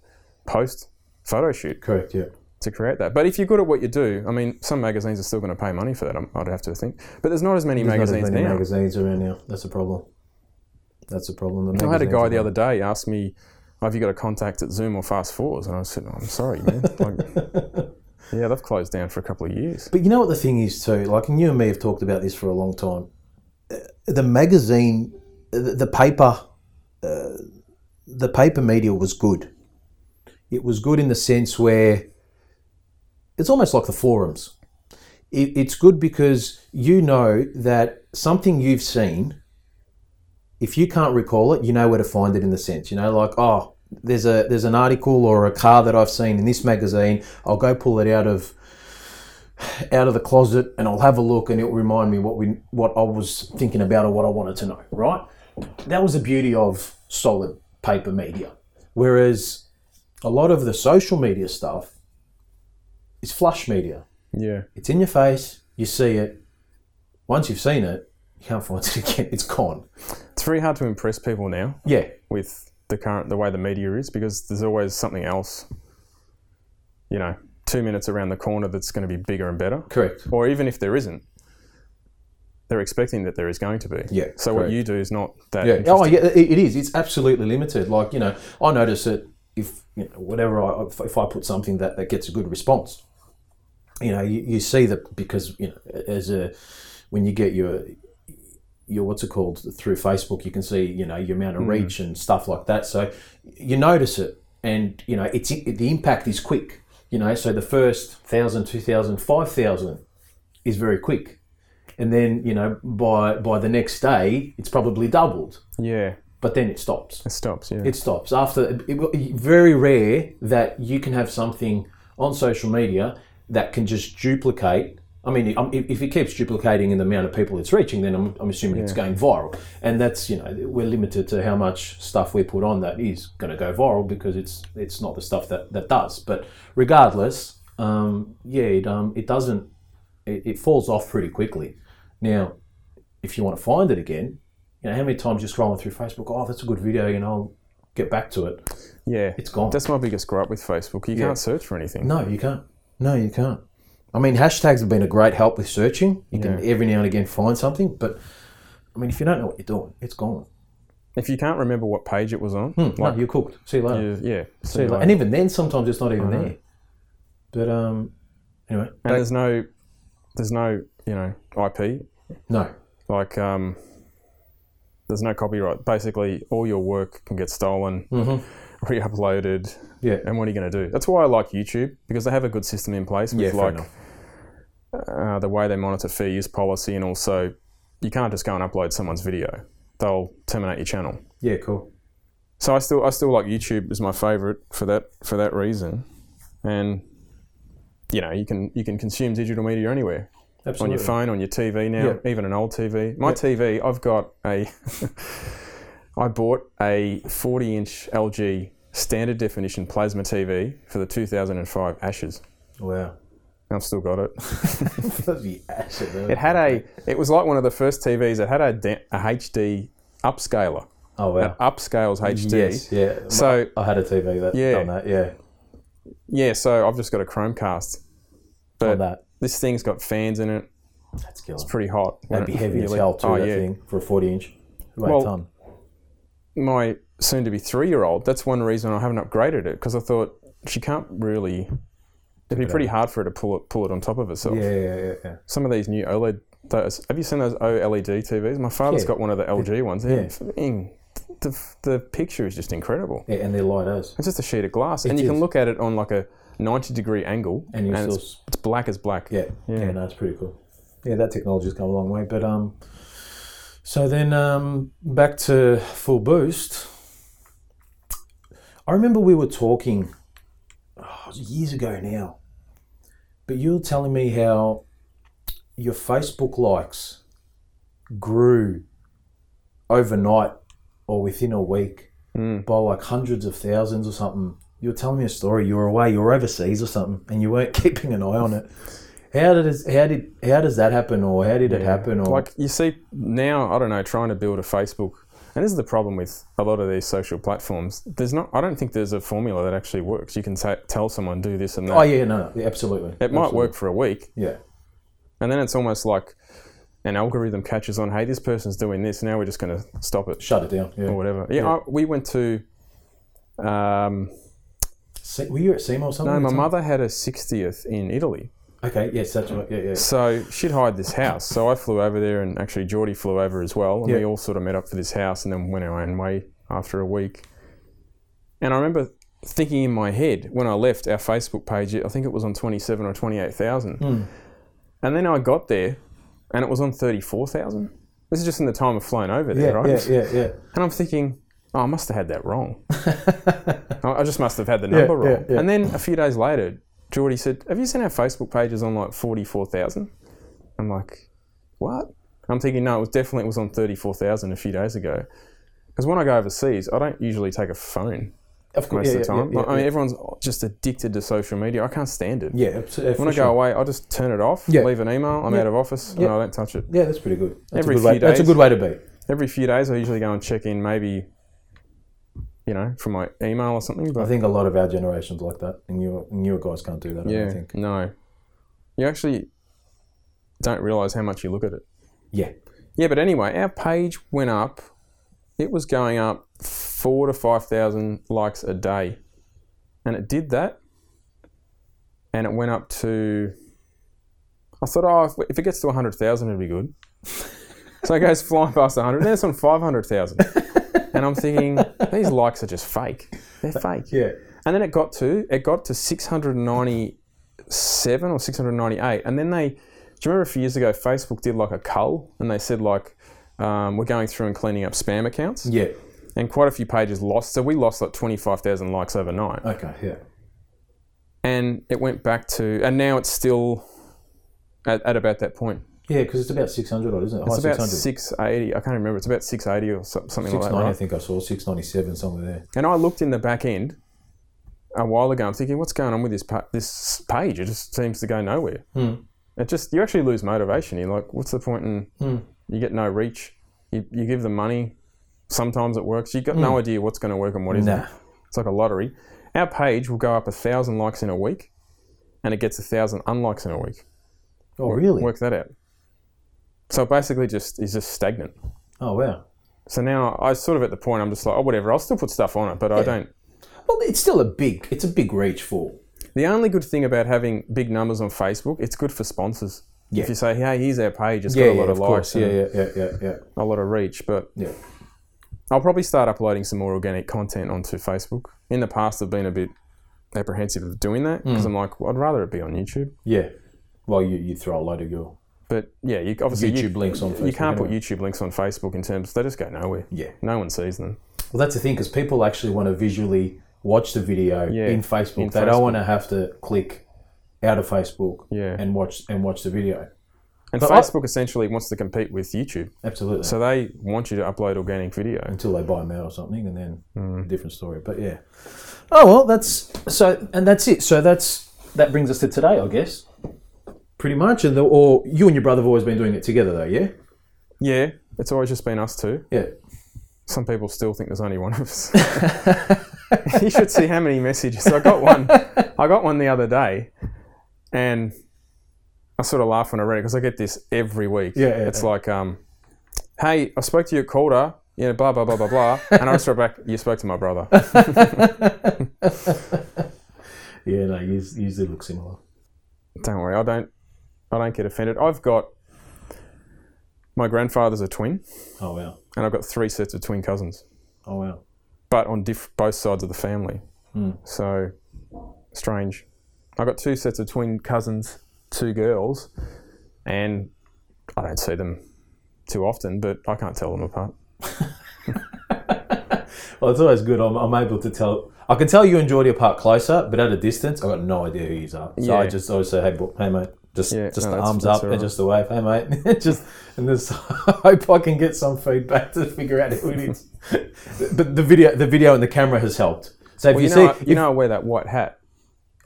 A: post photo shoot
B: Correct. Yeah.
A: to create that? But if you're good at what you do, I mean, some magazines are still going to pay money for that. I'm- I'd have to think, but there's not as many
B: There's
A: magazines
B: not as many
A: now.
B: magazines around now. That's a problem. That's a problem. The
A: I had a guy
B: magazines-
A: the other day ask me, "Have you got a contact at Zoom or Fast Fours?" And I said, "I'm sorry, man. Like,
B: *laughs*
A: yeah, they've closed down for a couple of years.
B: But you know what the thing is too. Like, and you and me have talked about this for a long time. Uh, The magazine, the the paper, uh, the paper media was good. It was good in the sense where it's almost like the forums. It, it's good because you know that something you've seen, if you can't recall it, you know where to find it in the sense, you know, like, oh, there's a there's an article or a car that I've seen in this magazine. I'll go pull it out of out of the closet and I'll have a look and it'll remind me what we what I was thinking about or what I wanted to know, right? That was the beauty of solid paper media. Whereas a lot of the social media stuff is flush media.
A: Yeah,
B: It's in your face, you see it. Once you've seen it, you can't *laughs* find it again. It's gone.
A: it's very hard to impress people now
B: Yeah.
A: with the current the way the media is because there's always something else. You know, two minutes around the corner that's going to be bigger and better,
B: Correct.
A: or even if there isn't." They're expecting that there is going to be.
B: Yeah,
A: So
B: correct.
A: what you do is not that.
B: Yeah.
A: interesting.
B: Oh, yeah. It, it is. It's absolutely limited. Like you know, I notice it if you know, whatever I if, if I put something that, that gets a good response. You know, you, you see that because you know as a when you get your your what's it called through Facebook, you can see you know your amount of reach and stuff like that. So you notice it, and you know it's it, the impact is quick. You know, so the first thousand, two thousand, five thousand is very quick, and then you know by by the next day it's probably doubled
A: Yeah.
B: but then it stops.
A: It stops. Yeah.
B: It stops after. It, will- very rare that you can have something on social media that can just duplicate. I mean, um, if if it keeps duplicating in the amount of people it's reaching, then I'm, I'm assuming it's going viral. And that's you know we're limited to how much stuff we put on that is going to go viral because it's it's not the stuff that that does. But regardless, um, yeah, it um, it doesn't. It, it falls off pretty quickly. Now, if you want to find it again, you know, how many times you're scrolling through Facebook, oh, that's a good video, you know, I'll get back to it.
A: yeah.
B: It's gone.
A: That's my biggest gripe with Facebook. You can't search for anything.
B: No, you can't. No, you can't. I mean, hashtags have been a great help with searching. You can every now and again find something, but I mean, if you don't know what you're doing, it's gone.
A: If you can't remember what page it was on,
B: No, you're cooked. See you later.
A: you- yeah.
B: See you later. And even then, sometimes it's not even there. But um, anyway,
A: and there's no, there's no, you know, IP.
B: no,
A: Like, um, there's no copyright. Basically, all your work can get stolen,
B: Mm-hmm.
A: *laughs* re-uploaded,
B: yeah,
A: and what are you going to do? That's why I like YouTube because they have a good system in place with
B: Yeah, fair
A: like uh, the way they monitor fair use policy, and also you can't just go and upload someone's video; they'll terminate your channel.
B: yeah, cool.
A: So I still I still like YouTube as my favorite for that for that reason, and you know you can you can consume digital media anywhere on
B: Absolutely.
A: your phone on your TV now
B: Yeah.
A: even an old TV. My TV I've got a *laughs* I bought a 40 inch LG standard definition plasma TV for the 2005 Ashes.
B: Wow, *laughs*
A: I've still got it.
B: bloody ass at
A: It
B: that.
A: had a it was like one of the first TVs. It had a, da- a HD upscaler.
B: Oh
A: It
B: wow.
A: upscales HD.
B: Yes, yeah.
A: So
B: I had a TV that
A: Yeah.
B: done that. Yeah,
A: Yeah, so I've just got a Chromecast. But
B: on that.
A: this thing's got fans in it.
B: That's killer.
A: Pretty hot.
B: That'd be heavy as hell too.
A: Oh,
B: that
A: yeah.
B: thing for a forty inch. Weigh
A: Well-
B: a ton.
A: My soon-to-be three-year-old. That's one reason I haven't upgraded it because I thought she can't really. It'd be pretty hard for her to pull it pull it on top of herself.
B: Yeah, yeah, yeah, yeah.
A: Some of these new OLED. Those, have you seen those E OLED TVs? My father's
B: Yeah.
A: got one of the LG ones. Yeah. the, the picture is just incredible.
B: yeah and they're light as.
A: It's just a sheet of glass, and you
B: is.
A: can look at it on like a ninety degree angle,
B: And you still
A: it's,
B: s-
A: it's black as black.
B: Yeah. yeah, no, it's pretty cool. Yeah, that technology's come a long way. But um, so then um, back to full boost. I remember we were talking oh, it was years ago now, but you were telling me how your Facebook likes grew overnight or within a week
A: Hmm.
B: by like hundreds of thousands *laughs* or something. You were telling me a story. You were away. You were overseas or something, and you weren't keeping an eye on it. How did this- how did how does that happen, or how did it happen, or
A: Like you see now, I don't know, trying to build a Facebook, and this is the problem with a lot of these social platforms. There's not, I don't think there's a formula that actually works. You can ta tell someone do this and that.
B: oh yeah, no, yeah, absolutely.
A: it might work for a week,
B: Yeah,
A: and then it's almost like an algorithm catches on. Hey, this person's doing this. Now we're just going to stop it
B: shut it down.
A: or
B: Yeah.
A: whatever. Yeah, I, we went to. Um,
B: Se- were you at SEMA or something?
A: no, my mother had her 60th in Italy.
B: Okay, yes, that's right. Yeah, yeah.
A: So she'd hired this house. So I flew over there, and actually Geordie flew over as well. And
B: Yeah.
A: we all sort of met up for this house, and then went our own way after a week. And I remember thinking in my head when I left our Facebook page, I think it was on twenty-seven or twenty-eight thousand.
B: Hmm.
A: And then I got there, and it was on thirty-four thousand. This is just in the time I've flown over there,
B: Yeah,
A: right?
B: yeah, yeah, yeah.
A: And I'm thinking, oh, I must have had that
B: *laughs*
A: wrong. I I just must have had the number
B: yeah,
A: wrong.
B: yeah.
A: And then a few days later, Geordie said, Have you seen our Facebook pages on like 44,000? I'm like, What? I'm thinking, No, it was definitely, it was on 34,000 a few days ago. Because when I go overseas, I don't usually take a phone
B: Of course,
A: most
B: yeah,
A: of the
B: yeah,
A: time.
B: yeah,
A: I mean,
B: yeah,
A: everyone's just addicted to social media. I can't stand it.
B: yeah, abso- yeah, for
A: When I
B: sure.
A: go away, I just turn it off,
B: Yeah.
A: leave an email, I'm
B: Yeah.
A: out of office, and
B: Yeah.
A: I don't touch it.
B: yeah, that's pretty good. That's
A: Every
B: a good way,
A: few
B: That's a
A: days.
B: good way to be.
A: Every few days, I usually go and check in, maybe, you know, from my email or something. But
B: I think a lot of our generations like that, and you newer guys can't do that. I
A: Yeah.
B: don't think.
A: No. You actually don't realise how much you look at it.
B: Yeah,
A: Yeah, but anyway, our page went up. It was going up four to five thousand likes a day. And it did that. And it went up to I thought, oh, if- if it gets to 100,000, it'd be good. so it goes flying past 100. Then it's on 500,000. and I'm thinking, these likes are just fake. They're fake.
B: yeah,
A: And then it got to it got to 697 or 698, and then they. Do you remember a few years ago Facebook did like a cull, and they said like, um, we're going through and cleaning up spam accounts,
B: yeah.
A: and quite a few pages lost. So we lost like 25,000 likes overnight,
B: Okay, yeah,
A: and it went back to, and now it's still at, at about that point.
B: yeah, because it's about six hundred, isn't it?
A: It's
B: High
A: about 680. I can't remember. It's about 680 or so- something like that.
B: 690,
A: right?
B: I think I saw 697 somewhere there.
A: And I looked in the back end a while ago. I'm thinking, what's going on with this pa- this page? It just seems to go nowhere. It just you actually lose motivation. You're like, what's the point in? You get no reach. You, you give them money. Sometimes it works. You've got no idea what's going to work and what isn't.
B: Nah,
A: It's like a lottery. Our page will go up a thousand likes in a week, and it gets a thousand unlikes in a week.
B: oh really?
A: Work that out. So it basically, just is just stagnant.
B: Oh wow.
A: So now I sort of at the point I'm just like, oh whatever. I'll still put stuff on it, but I don't
B: Well, it's still a big, it's a big reach for.
A: The only good thing about having big numbers on Facebook, it's good for sponsors.
B: Yeah.
A: If you say, hey, here's our page, it's got a lot of, likes,
B: Yeah,
A: and
B: yeah, yeah, yeah, yeah,
A: a lot of reach. But
B: yeah.
A: I'll probably start uploading some more organic content onto Facebook. In the past, I've been a bit apprehensive of doing that because
B: Hmm.
A: I'm like, well, I'd rather it be on YouTube.
B: Yeah. Well, you, you throw a load of your
A: But yeah, you obviously
B: YouTube
A: you,
B: links on Facebook.
A: you can't put
B: anyway.
A: YouTube links on Facebook in terms they just go nowhere.
B: Yeah.
A: No one sees them.
B: Well, that's the thing because people actually want to visually watch the video
A: Yeah,
B: in Facebook.
A: in
B: they
A: Facebook.
B: don't want to have to click out of Facebook
A: Yeah.
B: and watch and watch the video.
A: And
B: But I-
A: Facebook essentially wants to compete with YouTube,
B: Absolutely.
A: so they want you to upload organic video.
B: until they buy them out or something, and then different story. But yeah. Oh well, that's so, and that's it. So that's that brings us to today, I guess. Pretty much, and the, or you and your brother have always been doing it together, though. Yeah.
A: Yeah, it's always just been us two.
B: Yeah.
A: some people still think there's only one of
B: *laughs*
A: us. you should see how many messages I got. One, I got one the other day, and I sort of laugh when I read it because I get this every week.
B: Yeah, yeah,
A: it's like, um, "Hey, I spoke to you at Calder, you know, blah blah blah blah blah," and I just wrote back, "You spoke to my brother."
B: Yeah. No, you usually look similar.
A: don't worry, I don't, I don't get offended. I've got my grandfather's a twin,
B: Oh wow.
A: and I've got three sets of twin cousins.
B: Oh wow.
A: but on diff- both sides of the family.
B: Hmm.
A: So strange. I got two sets of twin cousins, two girls, and I don't see them too often, but I can't tell them apart.
B: Well, it's always good. I'm, I'm able to tell. I can tell you and Geordie apart closer, but at a distance, I've got no idea who you are. So I
A: Yeah.
B: just always say, hey, bro, hey mate. Just,
A: Yeah,
B: just
A: no,
B: the
A: that's-
B: arms
A: that's
B: up
A: all
B: and
A: right.
B: just the wave. Hey, mate. *laughs* just and this, hope I can get some feedback to figure out who it is. *laughs* but the video, the video and the camera has helped. So if
A: Well,
B: you,
A: you know,
B: see,
A: you know, I wear that white hat.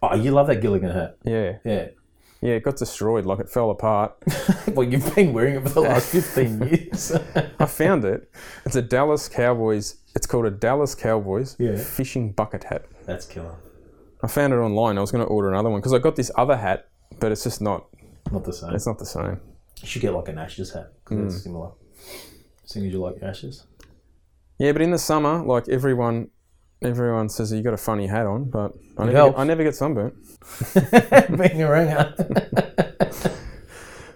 B: oh, you love that Gilligan hat.
A: Yeah,
B: Yeah, *laughs*
A: Yeah, it got destroyed. Like it fell apart.
B: well, you've been wearing it for the
A: *laughs*
B: last 15 years. *laughs*
A: I found it. It's a Dallas Cowboys. It's called a Dallas Cowboys
B: Yeah.
A: fishing bucket hat.
B: That's killer.
A: I found it online. I was going to order another one because I got this other hat, but it's just not.
B: Not the same.
A: It's not the same.
B: You should get like an ashes hat because
A: Hmm.
B: it's similar. Seeing as you like ashes.
A: Yeah, but in the summer, like everyone, everyone says you got a funny hat on, but I never,
B: helps.
A: get, I never get sunburnt. *laughs*
B: Being a *laughs* ringer.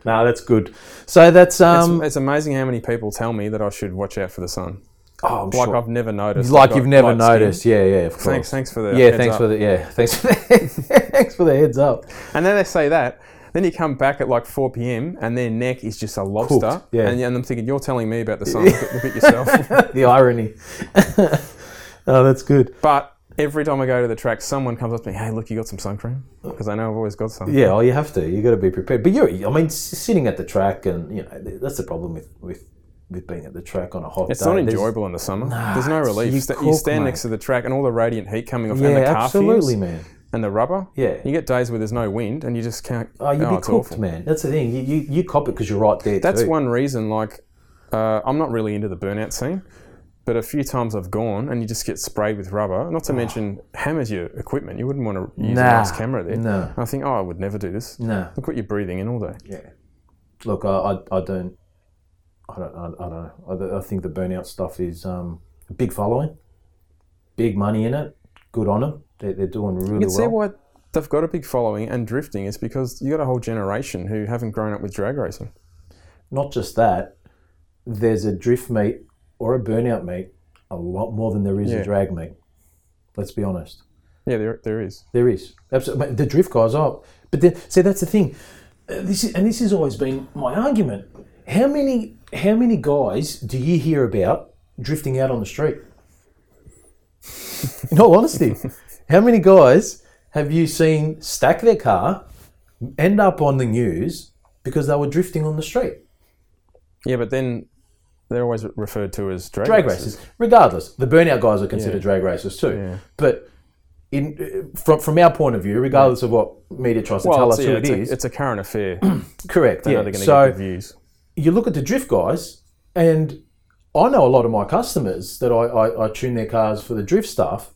B: no, that's good. So that's
A: It's,
B: um.
A: it's amazing how many people tell me that I should watch out for the sun.
B: oh, I'm
A: Like
B: sure.
A: I've never noticed.
B: like
A: I've
B: you've
A: got
B: never
A: light skin.
B: noticed. Yeah, yeah, of course.
A: Thanks, thanks for the
B: Yeah,
A: heads
B: thanks
A: up.
B: for the yeah, thanks for the *laughs* thanks for the
A: *laughs*
B: heads up.
A: And then they say that. Then you come back at like 4 p.m. and their neck is just a lobster.
B: Cooked, yeah.
A: And, and I'm thinking, you're telling me about the sun. look, at, look at
B: *laughs*
A: yourself.
B: the irony. *laughs* oh, that's good.
A: But every time I go to the track, someone comes up to me, hey, look, you got some sun cream? Because I know I've always got some.
B: Yeah, well, you have to. You got to be prepared. But you're, I mean, s- sitting at the track, and you know, th- that's the problem with with with being at the track on a hot
A: It's
B: day.
A: not
B: There's-
A: enjoyable in the summer. There's no
B: it's-
A: relief.
B: you
A: You, Sta- you
B: cook,
A: stand
B: mate.
A: next to the track and all the radiant heat coming off
B: Yeah,
A: and the car
B: absolutely,
A: fumes
B: man.
A: and the rubber.
B: Yeah.
A: You get days where there's no wind and you just can't.
B: Oh, you'd be
A: it's
B: cooked,
A: awful.
B: man. That's the thing. You you, you cop it because you're right there.
A: That's
B: too.
A: one reason, like, uh, I'm not really into the burnout scene, but a few times I've gone and you just get sprayed with rubber, not to mention hammers your equipment. You wouldn't want to use a
B: Ah. Nah,
A: nice camera there.
B: no.
A: And I think, oh, I would never do this.
B: No.
A: Look what you're breathing in all day.
B: Yeah. Look, I, I, I don't, I don't, I, I don't know. I, th- I think the burnout stuff is um, a big following, big money in it. Good on them. They're, they're doing really
A: You can see
B: well.
A: why they've got a big following and drifting is because you got a whole generation who haven't grown up with drag racing.
B: Not just that. There's a drift meet or a burnout meet a lot more than there is
A: Yeah.
B: a drag meet. Let's be honest.
A: Yeah, there, there is.
B: There is absolutely the drift guys up, but then see that's the thing. Uh, This is, and this has always been my argument. How many how many guys do you hear about drifting out on the street? *laughs* In all honesty, how many guys have you seen stack their car, end up on the news because they were drifting on the street?
A: Yeah, but then they're always referred to as drag,
B: drag
A: racers.
B: races. Regardless, the burnout guys are considered drag racers too. But in uh, from from our point of view, regardless of what media tries to tell us
A: it's,
B: who
A: yeah,
B: it
A: it's,
B: is,
A: A, it's a current
B: *clears throat*
A: affair. How
B: correct.
A: they're
B: Yeah.
A: going to
B: So
A: get the views.
B: you look at the drift guys, and I know a lot of my customers that I, I, I tune their cars for the drift stuff.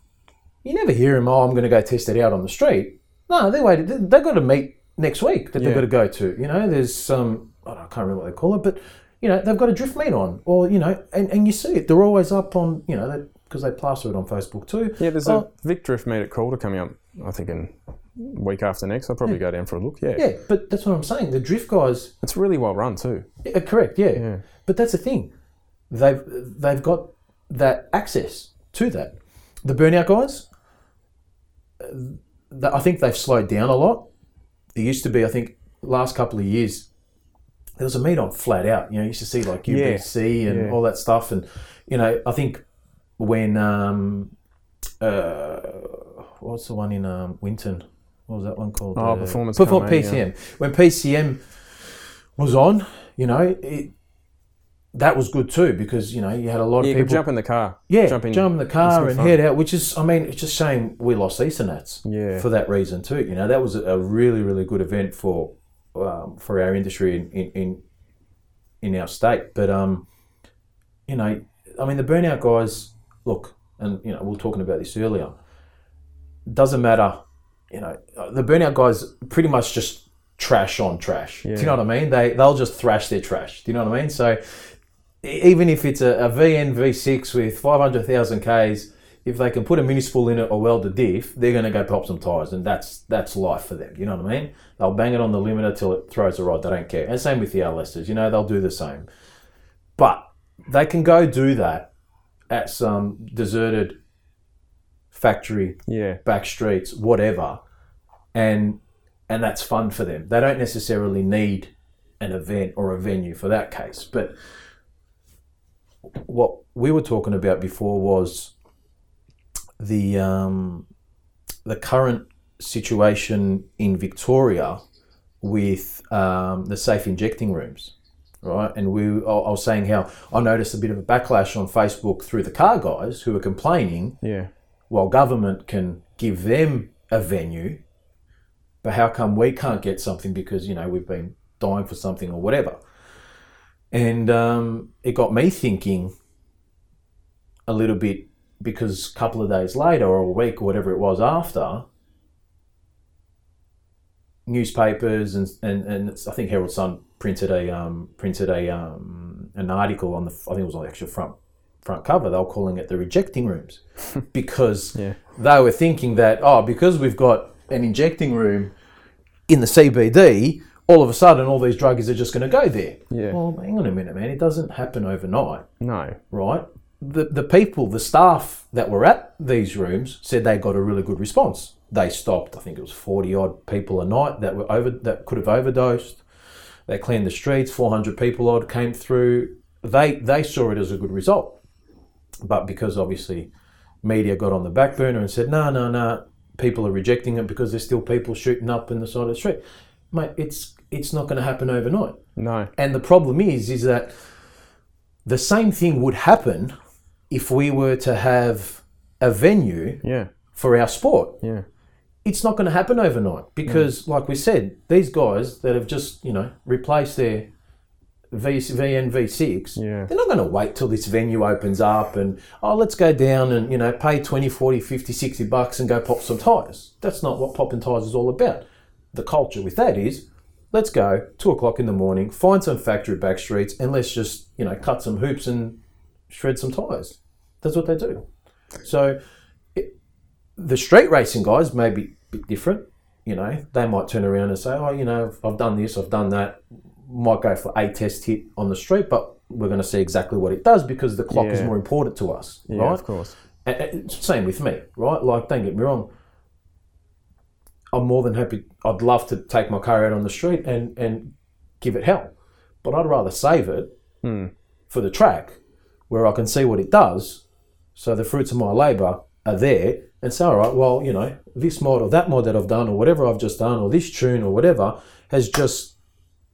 B: You never hear them. Oh, I'm going to go test it out on the street. No, they waited. they- They've got to meet next week that they've got to go to. You know, there's some. I, don't, I can't remember what they call it, but you know, they've got a drift meet on, or you know, and, and you see it. They're always up on you know because they plaster it on Facebook too.
A: Yeah, there's
B: Oh,
A: a Vic Drift meet at Calder coming up, I think, in week after next. I'll probably go down for a look. Yeah.
B: yeah, but that's what I'm saying. The drift guys
A: It's really well run, too.
B: Uh, correct, yeah. But that's the thing. They've they've got that access to that. The burnout guys, uh, th- I think they've slowed down a lot. It used to be, I think, last couple of years, there was a meet on flat out. You know, you used to see like UBC and
A: yeah.
B: all that stuff. And, you know, I think when, um, uh, what's the one in um, Winton? What was that one called?
A: Oh,
B: Uh,
A: Performance
B: Perform-
A: Command, yeah.
B: PCM. When PCM was on, you know, it, that was good too because you know you had a lot
A: You
B: of
A: could
B: people
A: jump in the car.
B: yeah
A: Jump in.
B: the car and
A: fun.
B: head out, which is I mean it's just shame we lost Easternets
A: Yeah.
B: for that reason too. You know that was a really really good event for um, for our industry in, in in in our state, but um, you know, I mean the burnout guys look, and you know we were talking about this earlier. Doesn't matter, you know, the burnout guys pretty much just trash on trash. Do you know what I mean? They they'll just thrash their trash. Do you know what I mean? So E, even if it's a, a VN V6 with 500,000 Ks, if they can put a municipal in it or weld a diff, they're going to go pop some tyres, and that's that's life for them. You know what I mean? They'll bang it on the limiter till it throws a rod. They don't care. And same with the LSs. You know, they'll do the same. But they can go do that at some deserted factory
A: Yeah.
B: back streets, whatever, and and that's fun for them. They don't necessarily need an event or a venue for that case. But what we were talking about before was the um, the current situation in Victoria with um, the safe injecting rooms, right? And we, I I was saying how I noticed a bit of a backlash on Facebook through the car guys who were complaining
A: Yeah.
B: while government can give them a venue, but how come we can't get something because you know we've been dying for something or whatever and um, it got me thinking a little bit because a couple of days later or a week or whatever it was after newspapers and, and, and I think Herald Sun printed a um, printed a um, an article on the I think it was on the actual front front cover they were calling it the
A: *laughs*
B: rejecting rooms because
A: Yeah.
B: they were thinking that oh because we've got an injecting room in the CBD all of a sudden all these druggies are just going to go there
A: Yeah.
B: well hang on a minute man it doesn't happen overnight
A: No.
B: right? The, the people, the staff that were at these rooms said they got a really good response. They stopped, I think it was 40 odd people a night that were over that could have overdosed. They cleaned the streets, 400 people odd came through. They they saw it as a good result. But because obviously media got on the back burner and said, no, no, no, people are rejecting it because there's still people shooting up in the side of the street. Mate, it's it's not going to happen overnight.
A: No.
B: And the problem is, is that the same thing would happen if we were to have a venue
A: Yeah.
B: for our sport.
A: Yeah.
B: It's not going to happen overnight because, like we said, these guys that have just you know replaced their v- VNV6,
A: Yeah.
B: they're not going to wait till this venue opens up and oh let's go down and you know pay 20, 40, 50, 60 bucks and go pop some tires. That's not what popping tires is all about. The culture with that is let's go two o'clock in the morning, find some factory back streets, and let's just you know cut some hoops and shred some tires. That's what they do. So it, the street racing guys may be a bit different. You know, they might turn around and say, "Oh, you know, I've done this, I've done that." Might go for a test hit on the street, but we're going to see exactly what it does because the clock is
A: Yeah.
B: more important to us,
A: Yeah.
B: right?
A: Of course.
B: And- and same with me, right? Like, don't get me wrong. I'm more than happy. I'd love to take my car out on the street and and give it hell, but I'd rather save it for the track where I can see what it does. So the fruits of my labour are there, and say, all right, well, you know, this mod or that mod that I've done or whatever I've just done or this tune or whatever has just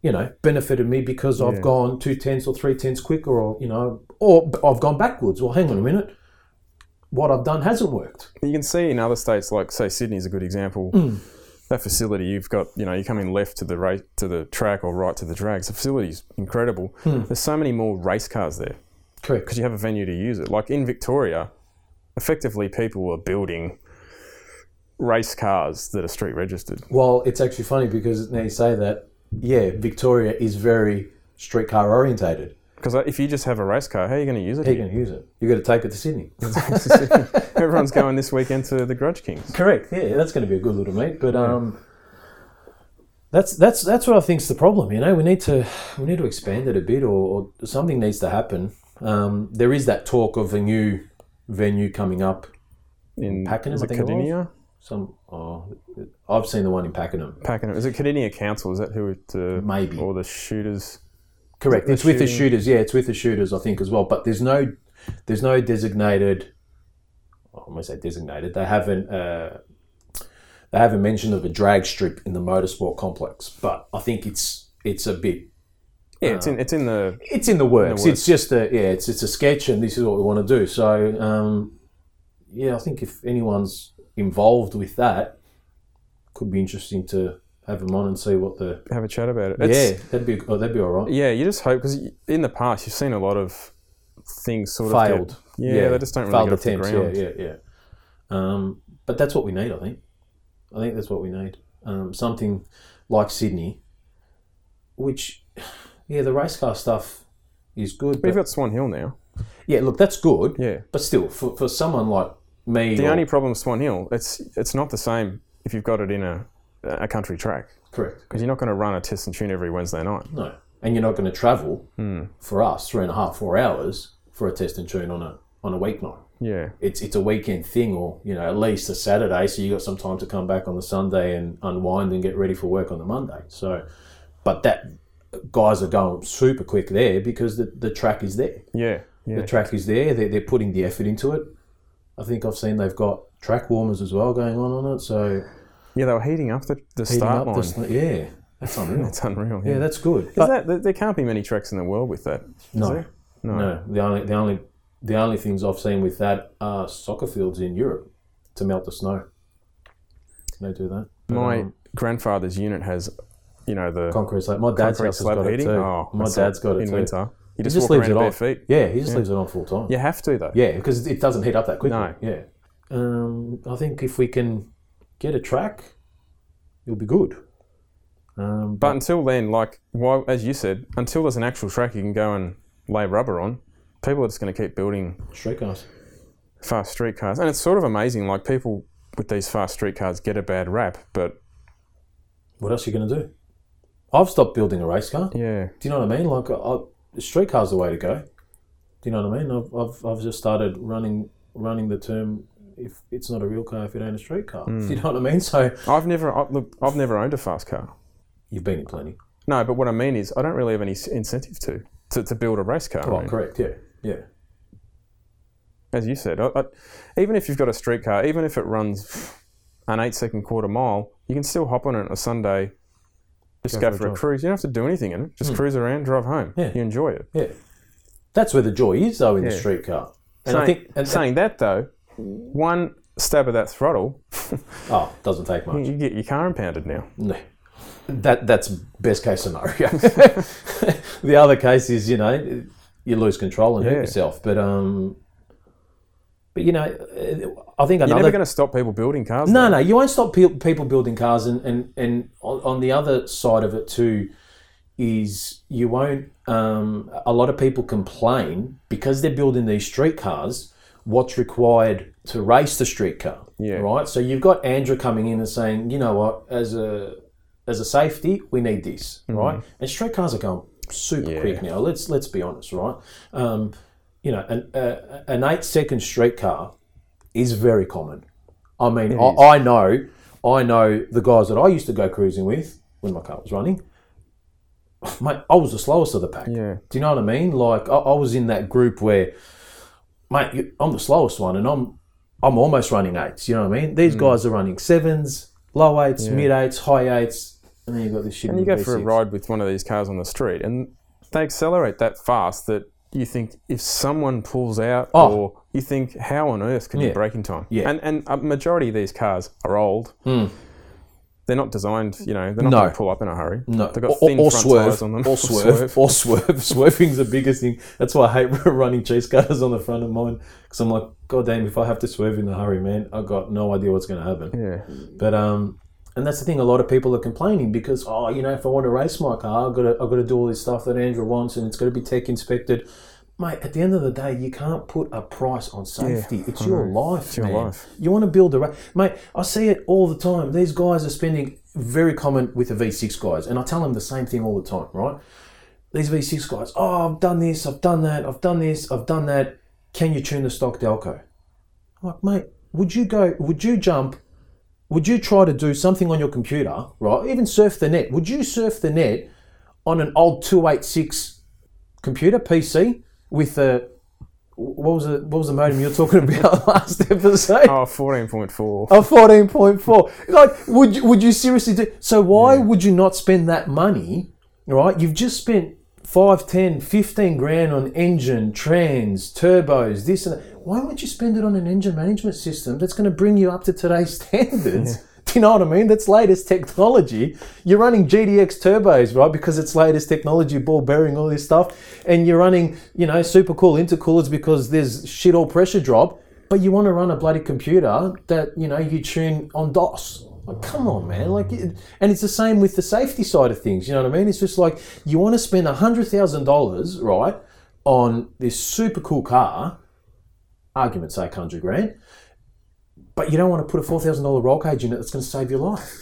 B: you know, benefited me because I've gone two tenths or three tenths quicker, or you know, or b- I've gone backwards. Well, hang on a minute, what I've done hasn't worked.
A: You can see in other states, like say Sydney's a good example.
B: Mm.
A: That facility, you've got, you know, you come in left to the race, to the track, or right to the drags. The facility's incredible.
B: Hmm.
A: There's so many more race cars there.
B: Correct.
A: because you have a venue to use it. Like in Victoria, effectively people were building race cars that are street registered.
B: Well, it's actually funny because now you say that, yeah, Victoria is very streetcar orientated.
A: Because if you just have a race car, how are you going to use it?
B: How you going to use it? You got to take it to Sydney.
A: here?
B: *laughs*
A: Everyone's going this weekend to the Grudge Kings.
B: Correct. Yeah, that's going to be a good little meet, but um, that's that's that's what I think's the problem. You know, we need to we need to expand it a bit, or, or something needs to happen. Um, there is that talk of a new venue coming up
A: In
B: Pakenham,
A: is
B: I
A: it
B: think it was.
A: Cadinia?
B: Some oh, I've seen the one in Pakenham.
A: Pakenham. Is it Cadinia Council? Is that who it? Uh,
B: Maybe.
A: Or the shooters?
B: Correct.
A: The
B: It's with the
A: shooting-
B: shooters. Yeah, it's with the shooters. I think as well. But there's no there's no designated. I almost say designated. They haven't. Uh, they haven't mentioned of a drag strip in the motorsport complex, but I think it's it's a bit
A: Yeah, it's
B: Uh,
A: in it's in the
B: it's in the works.
A: works.
B: It's just a yeah, it's it's a sketch, and this is what we want to do. So um, yeah, I think if anyone's involved with that, could be interesting to have them on and see what the
A: have a chat about it. It's,
B: yeah that'd be oh, that'd be all right.
A: yeah. You just hope because in the past you've seen a lot of things sort of get-
B: Failed.
A: Yeah, they just don't really
B: failed
A: get off the
B: attempts.
A: ground.
B: Yeah, yeah, yeah. Um, but that's what we need. I think. I think that's what we need. Um, something like Sydney, which yeah, the race car stuff is good.
A: We've
B: But,
A: got Swan Hill now.
B: yeah, look, that's good.
A: Yeah.
B: But still, for, for someone like me,
A: The
B: or-
A: only problem with Swan Hill, it's it's not the same if you've got it in a a country track
B: correct,
A: because you're not going to run a test and tune every Wednesday night.
B: no, and you're not going to travel
A: Hmm.
B: for us three and a half, four hours for a test and tune on a on a weeknight.
A: Yeah,
B: It's it's a weekend thing, or you know, at least a Saturday, so you got some time to come back on the Sunday and unwind and get ready for work on the Monday. So, but that guys are going super quick there because the, the track is there.
A: yeah, yeah.
B: The track is there. They're, they're putting the effort into it. I think I've seen they've got track warmers as well going on on it. So
A: yeah, they were heating up the, the
B: heating
A: start
B: up
A: line.
B: this- yeah, that's unreal.
A: *laughs* It's unreal.
B: Yeah,
A: Yeah,
B: that's good.
A: Is that, there- there can't be many tracks in the world with that. is
B: no,
A: there?
B: no, The only the only the only things I've seen with that are soccer fields in Europe to melt the snow. They do that.
A: My grandfather's unit has, you know, the
B: Concrete slab. My dad's
A: concrete
B: house has
A: slab
B: got it
A: heating.
B: too.
A: Oh,
B: My
A: that's
B: dad's
A: it.
B: got it
A: in
B: too.
A: winter. You
B: He
A: just, walk
B: just
A: around
B: leaves it
A: in bare
B: on.
A: feet.
B: Yeah, he just leaves it on full time.
A: You have to though.
B: Yeah, because it doesn't heat up that quickly.
A: No.
B: Yeah. Um, I think if we can get a track, it'll be good. Um,
A: But until then, like, why, as you said, until there's an actual track you can go and lay rubber on, people are just going to keep building
B: street cars.
A: fast street cars. And it's sort of amazing, like, people with these fast street cars get a bad rap, but
B: What else are you going to do? I've stopped building a race car.
A: yeah,
B: Do you know what I mean? Like, I, I, street car's the way to go. Do you know what I mean? I've, I've, I've just started running running the term. If it's not a real car, if it ain't a street car. *laughs*
A: Hmm.
B: Do you know what I mean? So
A: I've never, I, look, I've never owned a fast car.
B: you've been in plenty.
A: No, but what I mean is, I don't really have any s- incentive to to, to build a race car. I
B: Right,
A: mean.
B: Oh, correct. Yeah, yeah.
A: as you said, I, I, even if you've got a street car, even if it runs an eight second quarter mile, you can still hop on it on a Sunday, just go, for, a,
B: drive. Hmm.
A: cruise. You don't have to do anything in it. Just cruise around, drive home.
B: Yeah.
A: You enjoy it.
B: Yeah. That's where the joy is, though, in the
A: Yeah.
B: street car. And
A: saying,
B: I think, uh, and,
A: saying that though, one stab of that throttle,
B: oh, doesn't take much.
A: you get your car impounded now.
B: No. That that's best case scenario. *laughs* the other case is you know you lose control and hurt
A: Yeah.
B: yourself. But um, but you know uh, I think
A: You're
B: another
A: never going to stop people building cars.
B: no
A: though.
B: no you won't stop pe- people building cars and and and on on the other side of it too is you won't um, a lot of people complain because they're building these street cars what's required to race the street car
A: Yeah.
B: right so you've got andrew coming in and saying you know what as a as a safety we need this
A: Mm-hmm.
B: right and street cars are going super quick now let's let's be honest right um, you know an, uh, an eight second street car is very common i mean I, I know i know the guys that i used to go cruising with when my car was running *sighs* mate, I was the slowest of the pack.
A: Yeah.
B: Do you know what I mean? Like I, I was in that group where, mate, you, I'm the slowest one, and I'm I'm almost running eights. You know what I mean?
A: Mm.
B: These guys are running sevens, low eights, mid eights, high eights, and then you got this shit.
A: And you go for a ride with one of these cars on the street, and they accelerate that fast that you think if someone pulls out,
B: Oh.
A: or you think how on earth can you
B: Yeah.
A: brake in time?
B: Yeah. Hmm.
A: And and a majority of these cars are old. They're not designed, you know. They're not
B: No.
A: going to pull up in a hurry.
B: No,
A: They've got
B: or,
A: thin
B: or
A: front
B: swerve,
A: tires on *laughs* them.
B: or swerve, or swerve. *laughs* Swerving's the biggest thing. That's why I hate *laughs* running chase cars on the front of mine because I'm like, God damn, if I have to swerve in a hurry, man, I got no idea what's going to happen.
A: Yeah.
B: But um, and that's the thing. A lot of people are complaining because oh, you know, if I want to race my car, I've got to I've got to do all this stuff that Andrew wants, and it's got to be tech inspected. Mate, at the end of the day, you can't put a price on safety. it's your life,
A: your
B: man.
A: life.
B: You want to build a ra- mate. I see it all the time. These guys are spending very common with the V6 guys, and I tell them the same thing all the time, right? These V6 guys, oh, I've done this, I've done that, I've done this, I've done that. Can you tune the stock Delco? I'm like, mate, would you go? Would you jump would you try to do something on your computer, right? Even surf the net. Would you surf the net on an old 286 computer PC with a what was the what was the modem you were talking about *laughs* last episode?
A: Oh, 14.4.
B: A 14.4. Like, would you, would you seriously do? So why would you not spend that money, right? You've just spent 5, 10, 15 grand on engine, trans, turbos, this and that. Why would you spend it on an engine management system that's going to bring you up to today's *laughs* standards? Do you know what I mean? That's latest technology. You're running GDX turbos, right? Because it's latest technology, ball bearing, all this stuff. And you're running, you know, super cool intercoolers because there's shit all pressure drop but you want to run a bloody computer that you know you tune on DOS. Like, come on, man! Like, it, and it's the same with the safety side of things. You know what I mean? It's just like you want to spend hundred thousand dollars, right, on this super cool car. Argument sake, hundred grand, but you don't want to put a four thousand dollar roll cage in it that's going to save your life.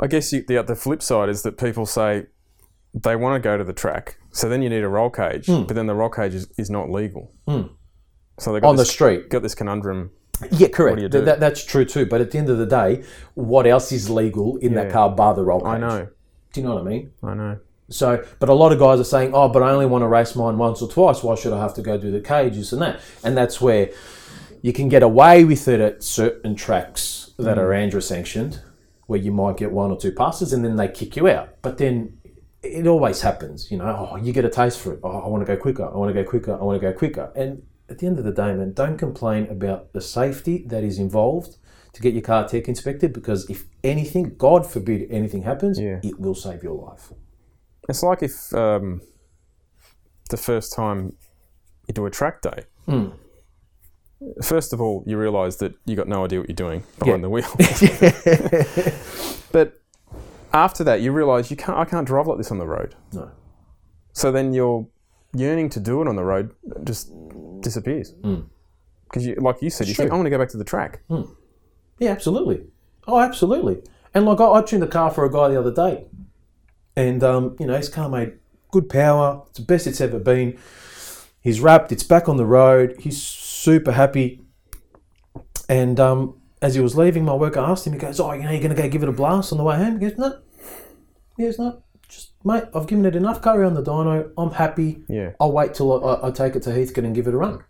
A: I guess you, the the flip side is that people say they want to go to the track, so then you need a roll cage,
B: Hmm.
A: but then the roll cage is, is not legal. So they got
B: On the
A: this,
B: street.
A: got this conundrum.
B: Yeah, correct.
A: you
B: Th-
A: do?
B: that, that's true too. But at the end of the day, what else is legal in that
A: Yeah.
B: car bar the roll cage?
A: I know,
B: Do you know what I mean?
A: I know.
B: So, but a lot of guys are saying, "Oh, but I only want to race mine once or twice. Why should I have to go do the cages and that?" And that's where you can get away with it at certain tracks that are Andra sanctioned, where you might get one or two passes and then they kick you out. But then it always happens, you know. Oh, you get a taste for it. Oh, I want to go quicker. I want to go quicker. I want to go quicker. And at the end of the day, man, don't complain about the safety that is involved. to get your car tech inspected because if anything, God forbid, anything happens,
A: Yeah.
B: it will save your life.
A: It's like if um, the first time you do a track day.
B: Hmm.
A: First of all, you realise that you got no idea what you're doing behind
B: Yeah.
A: the
B: *laughs*
A: wheel. but after that, you realise you can't. I can't drive like this on the road.
B: No.
A: So then your yearning to do it on the road just disappears.
B: Hmm.
A: Because, you, like you said, you
B: Sure.
A: think, I'm going to go back to the track.
B: Yeah, absolutely. Oh, absolutely. And like I, I tuned the car for a guy the other day, and um, you know his car made good power. It's the best it's ever been. He's wrapped. It's back on the road. He's super happy. And um, as he was leaving my work, I asked him. He goes, "Oh, you know, you're going to go give it a blast on the way home." He goes, "No, yeah, it's not. Just mate, I've given it enough curry on the dyno. I'm happy.
A: Yeah.
B: I'll wait till I, I, I take it to Heathcote and give it a run."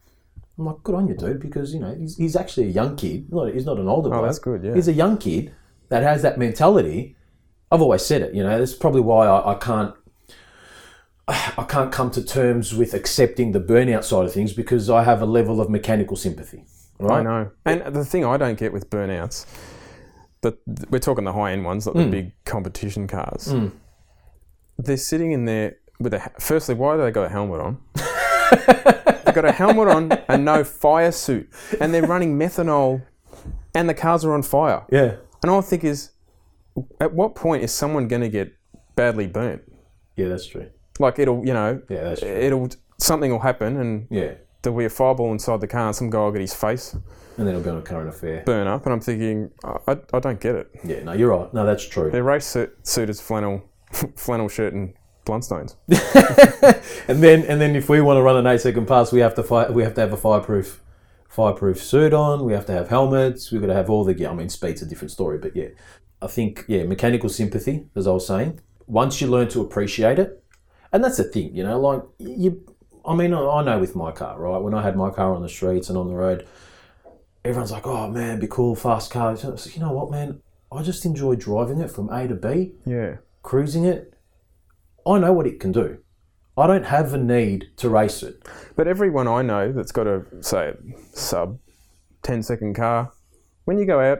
B: I'm like, good on you, dude, because you know he's, he's actually a young kid. Not, he's not an older. bloke.
A: Oh, that's good, yeah.
B: he's a young kid that has that mentality. I've always said it. You know, that's probably why I, I can't. I can't come to terms with accepting the burnout side of things because I have a level of mechanical sympathy. Right?
A: I know. And the thing I don't get with burnouts, that we're talking the high end ones,
B: Hmm.
A: like the big competition cars. They're sitting in there with a. he- Firstly, why do they got a helmet
B: *laughs*
A: on? They've got a helmet on and no fire suit, and they're running methanol, and the cars are on fire.
B: Yeah.
A: And all I think is, at what point is someone going to get badly burnt?
B: Yeah, that's true.
A: Like it'll, you know,
B: Yeah, that's true.
A: it'll something will happen, and
B: Yeah.
A: there'll be a fireball inside the car, and some guy will get his face
B: And then I'll go on a current affair.
A: burn up. And I'm thinking, I, I- I don't get it.
B: Yeah, no, you're right. No, that's true.
A: Their race suit, suit is flannel, *laughs* flannel shirt and bluntstones.
B: And then and then if we want to run an eight second pass, we have to fire, we have to have a fireproof fireproof suit on. We have to have helmets. We've got to have all the gear. I mean, speed's a different story, but yeah, I think yeah, mechanical sympathy, as I was saying. Once you learn to appreciate it, and that's the thing, you know, like you. I mean, I I know with my car, right? When I had my car on the streets and on the road, everyone's like, "Oh man, be cool, fast car." So, you know what, man? I just enjoy driving it from A to B
A: Yeah,
B: cruising it, I know what it can do. I don't have a need to race it.
A: but everyone I know that's got a say sub 10 second car, when you go out,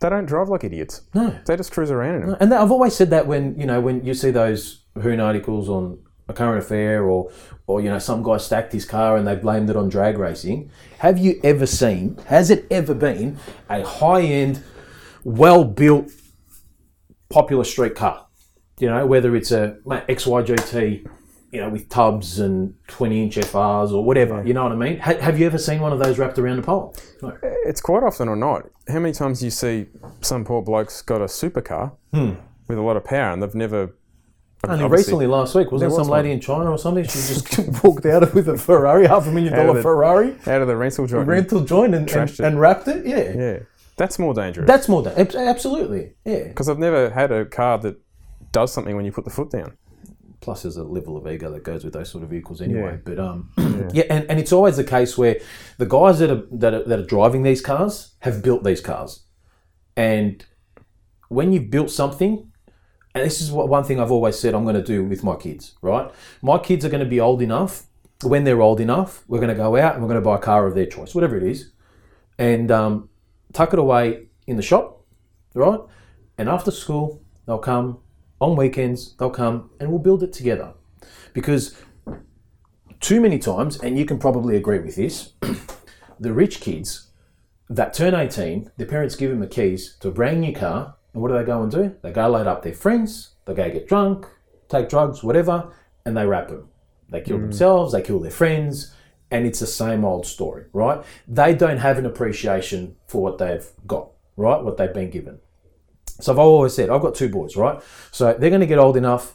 A: they don't drive like idiots.
B: No.
A: They just cruise around in them.
B: And that, I've always said that when you know when you see those Hoon articles on a current affair or or you know some guy stacked his car and they blamed it on drag racing. Have you ever seen? Has it ever been a high end, well built, popular street car? You know whether it's a mate, XYGT. You know, with tubs and 20 inch FRs or whatever, you know what I mean? Ha- have you ever seen one of those wrapped around a pole? No.
A: It's quite often or not. How many times do you see some poor bloke's got a supercar
B: Hmm.
A: with a lot of power and they've never.
B: Only
A: obviously-
B: recently, last week, wasn't
A: There
B: some
A: was one.
B: lady in China or something? She just *laughs* walked out of with a Ferrari, half a million
A: of
B: dollar
A: it.
B: Ferrari,
A: out of the rental joint.
B: rental joint, and, and,
A: Trashed it.
B: and wrapped it. Yeah.
A: yeah, that's more dangerous.
B: that's more than ab- absolutely. Yeah.
A: Because I've never had a car that does something when you put the foot down.
B: Plus, there's a level of ego that goes with those sort of vehicles anyway. But um, *clears throat* yeah, and, and it's always the case where the guys that are, that are that are driving these cars have built these cars, and when you've built something, and this is what one thing I've always said I'm going to do with my kids, right? My kids are going to be old enough. When they're old enough, we're going to go out and we're going to buy a car of their choice, whatever it is, and um, tuck it away in the shop, right? And after school, they'll come. On weekends, they'll come and we'll build it together. Because too many times, and you can probably agree with this, *clears throat* the rich kids that turn 18, their parents give them the keys to a brand new car, and what do they go and do? They go load up their friends, they go get drunk, take drugs, whatever, and they wrap them. They kill themselves, they kill their friends, and it's the same old story, right? They don't have an appreciation for what they've got, right? What they've been given. So I've always said, I've got two boys, right? So they're going to get old enough.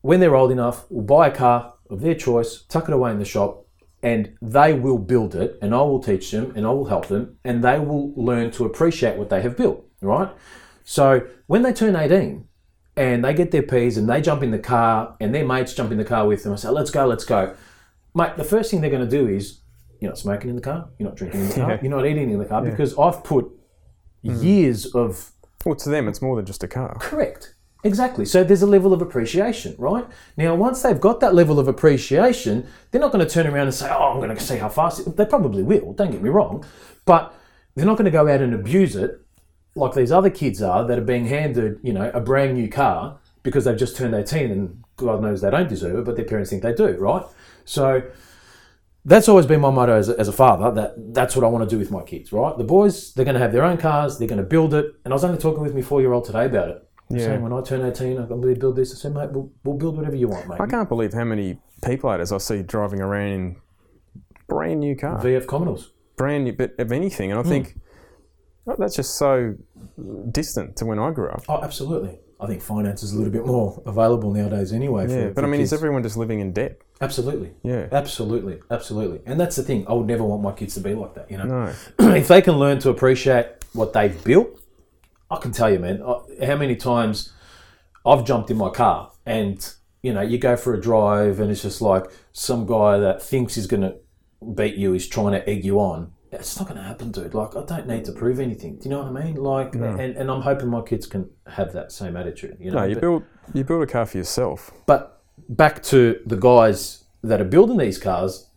B: When they're old enough, we'll buy a car of their choice, tuck it away in the shop, and they will build it, and I will teach them, and I will help them, and they will learn to appreciate what they have built, right? So when they turn 18 and they get their P's and they jump in the car, and their mates jump in the car with them and say, let's go, let's go. Mate, the first thing they're going to do is, you're not smoking in the car, you're not drinking in the car, you're not eating in the car, because I've put years of
A: Well, to them, it's more than just a car.
B: Correct. Exactly. So there's a level of appreciation, right? Now, once they've got that level of appreciation, they're not going to turn around and say, "Oh, I'm going to see how fast." It. They probably will. Don't get me wrong, but they're not going to go out and abuse it like these other kids are that are being handed, you know, a brand new car because they've just turned 18 and God knows they don't deserve it, but their parents think they do, right? So that's always been my motto as a, as a father that that's what I want to do with my kids, right? The boys, they're going to have their own cars, they're going to build it. And I was only talking with my four year old today about it.
A: Yeah.
B: Saying, when I turn 18, I'm going to build this. I said, mate, we'll, we'll build whatever you want, mate.
A: I can't believe how many people haters I see driving around in brand new cars.
B: VF Commonals.
A: brand new bit of anything. And I think oh, that's just so distant to when I grew up.
B: Oh, absolutely. I think finance is a little bit more available nowadays anyway.
A: Yeah,
B: for,
A: but
B: for
A: I mean,
B: kids.
A: is everyone just living in debt?
B: absolutely.
A: Yeah.
B: Absolutely, absolutely. And that's the thing. I would never want my kids to be like that, you know.
A: No.
B: *clears throat* if they can learn to appreciate what they've built, I can tell you, man, I, how many times I've jumped in my car and, you know, you go for a drive and it's just like some guy that thinks he's going to beat you is trying to egg you on. It's not going to happen, dude. Like, I don't need to prove anything. Do you know what I mean? Like, and, and I'm hoping my kids can have that same attitude. You know,
A: No, Uh, you
B: But-
A: build you build a car for yourself.
B: but back to the guys that are building these cars,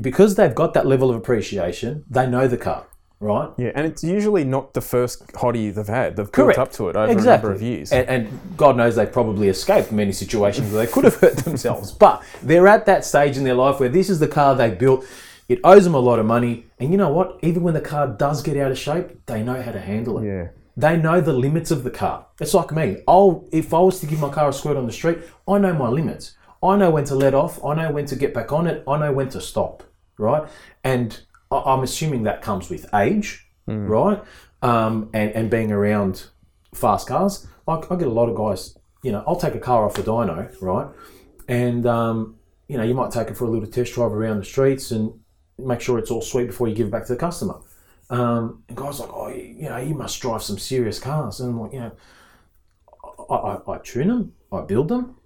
B: because they've got that level of appreciation, they know the car, right?
A: Yeah, and it's usually not the first hottie they've had. They've
B: Correct.
A: built up to it over a number of years.
B: And, and God knows they've probably escaped many situations where they could have hurt themselves. But they're at that stage in their life where this is the car they built. It owes them a lot of money. And you know what? Even when the car does get out of shape, they know how to handle it.
A: Yeah.
B: They know the limits of the car. It's like me. I'll if I was to give my car a squirt on the street, I know my limits. I know when to let off. I know when to get back on it. I know when to stop. Right. And I, I'm assuming that comes with age, right? Um, and and being around fast cars. Like I get a lot of guys. You know, I'll take a car off a dyno, right? And um, you know, you might take it for a little test drive around the streets and make sure it's all sweet before you give it back to the customer. Um, and guys like, oh, you you know, you must drive some serious cars. And I'm like, you know, I, I, I tune them, I build them,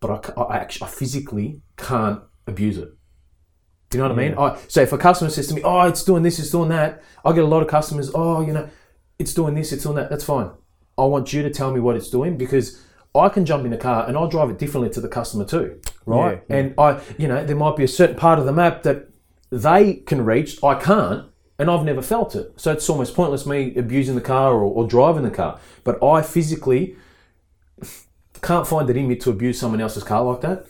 B: but I, ca- I, actually, I physically can't abuse it. Do you know what I mean? I, so if a customer says to me, oh, it's doing this, it's doing that, I get a lot of customers, oh, you know, it's doing this, it's doing that. That's fine. I want you to tell me what it's doing because I can jump in a car and I'll drive it differently to the customer too, right?
A: Yeah,
B: And I, you know, there might be a certain part of the map that they can reach, I can't, and I've never felt it. So it's almost pointless me abusing the car or, or driving the car. But I physically can't find it in me to abuse someone else's car like that.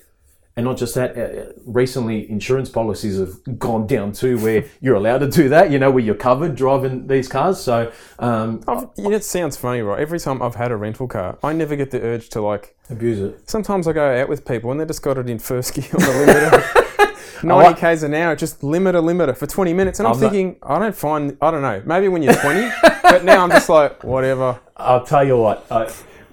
B: And not just that, uh, uh, recently insurance policies have gone down too, where *laughs* you're allowed to do that, you know, where you're covered driving these cars. So, um,
A: I've, you know, it sounds funny, right? Every time I've had a rental car, I never get the urge to like.
B: abuse it.
A: Sometimes I go out with people and they just got it in first *laughs* gear on the
B: *laughs*
A: limiter. 90 k's an hour, just limiter, limiter for 20 minutes. And I'm,
B: not-
A: thinking, I don't find, I don't know, maybe
B: *laughs*
A: when you're 20, but now I'm just like, whatever.
B: I'll tell you what, I,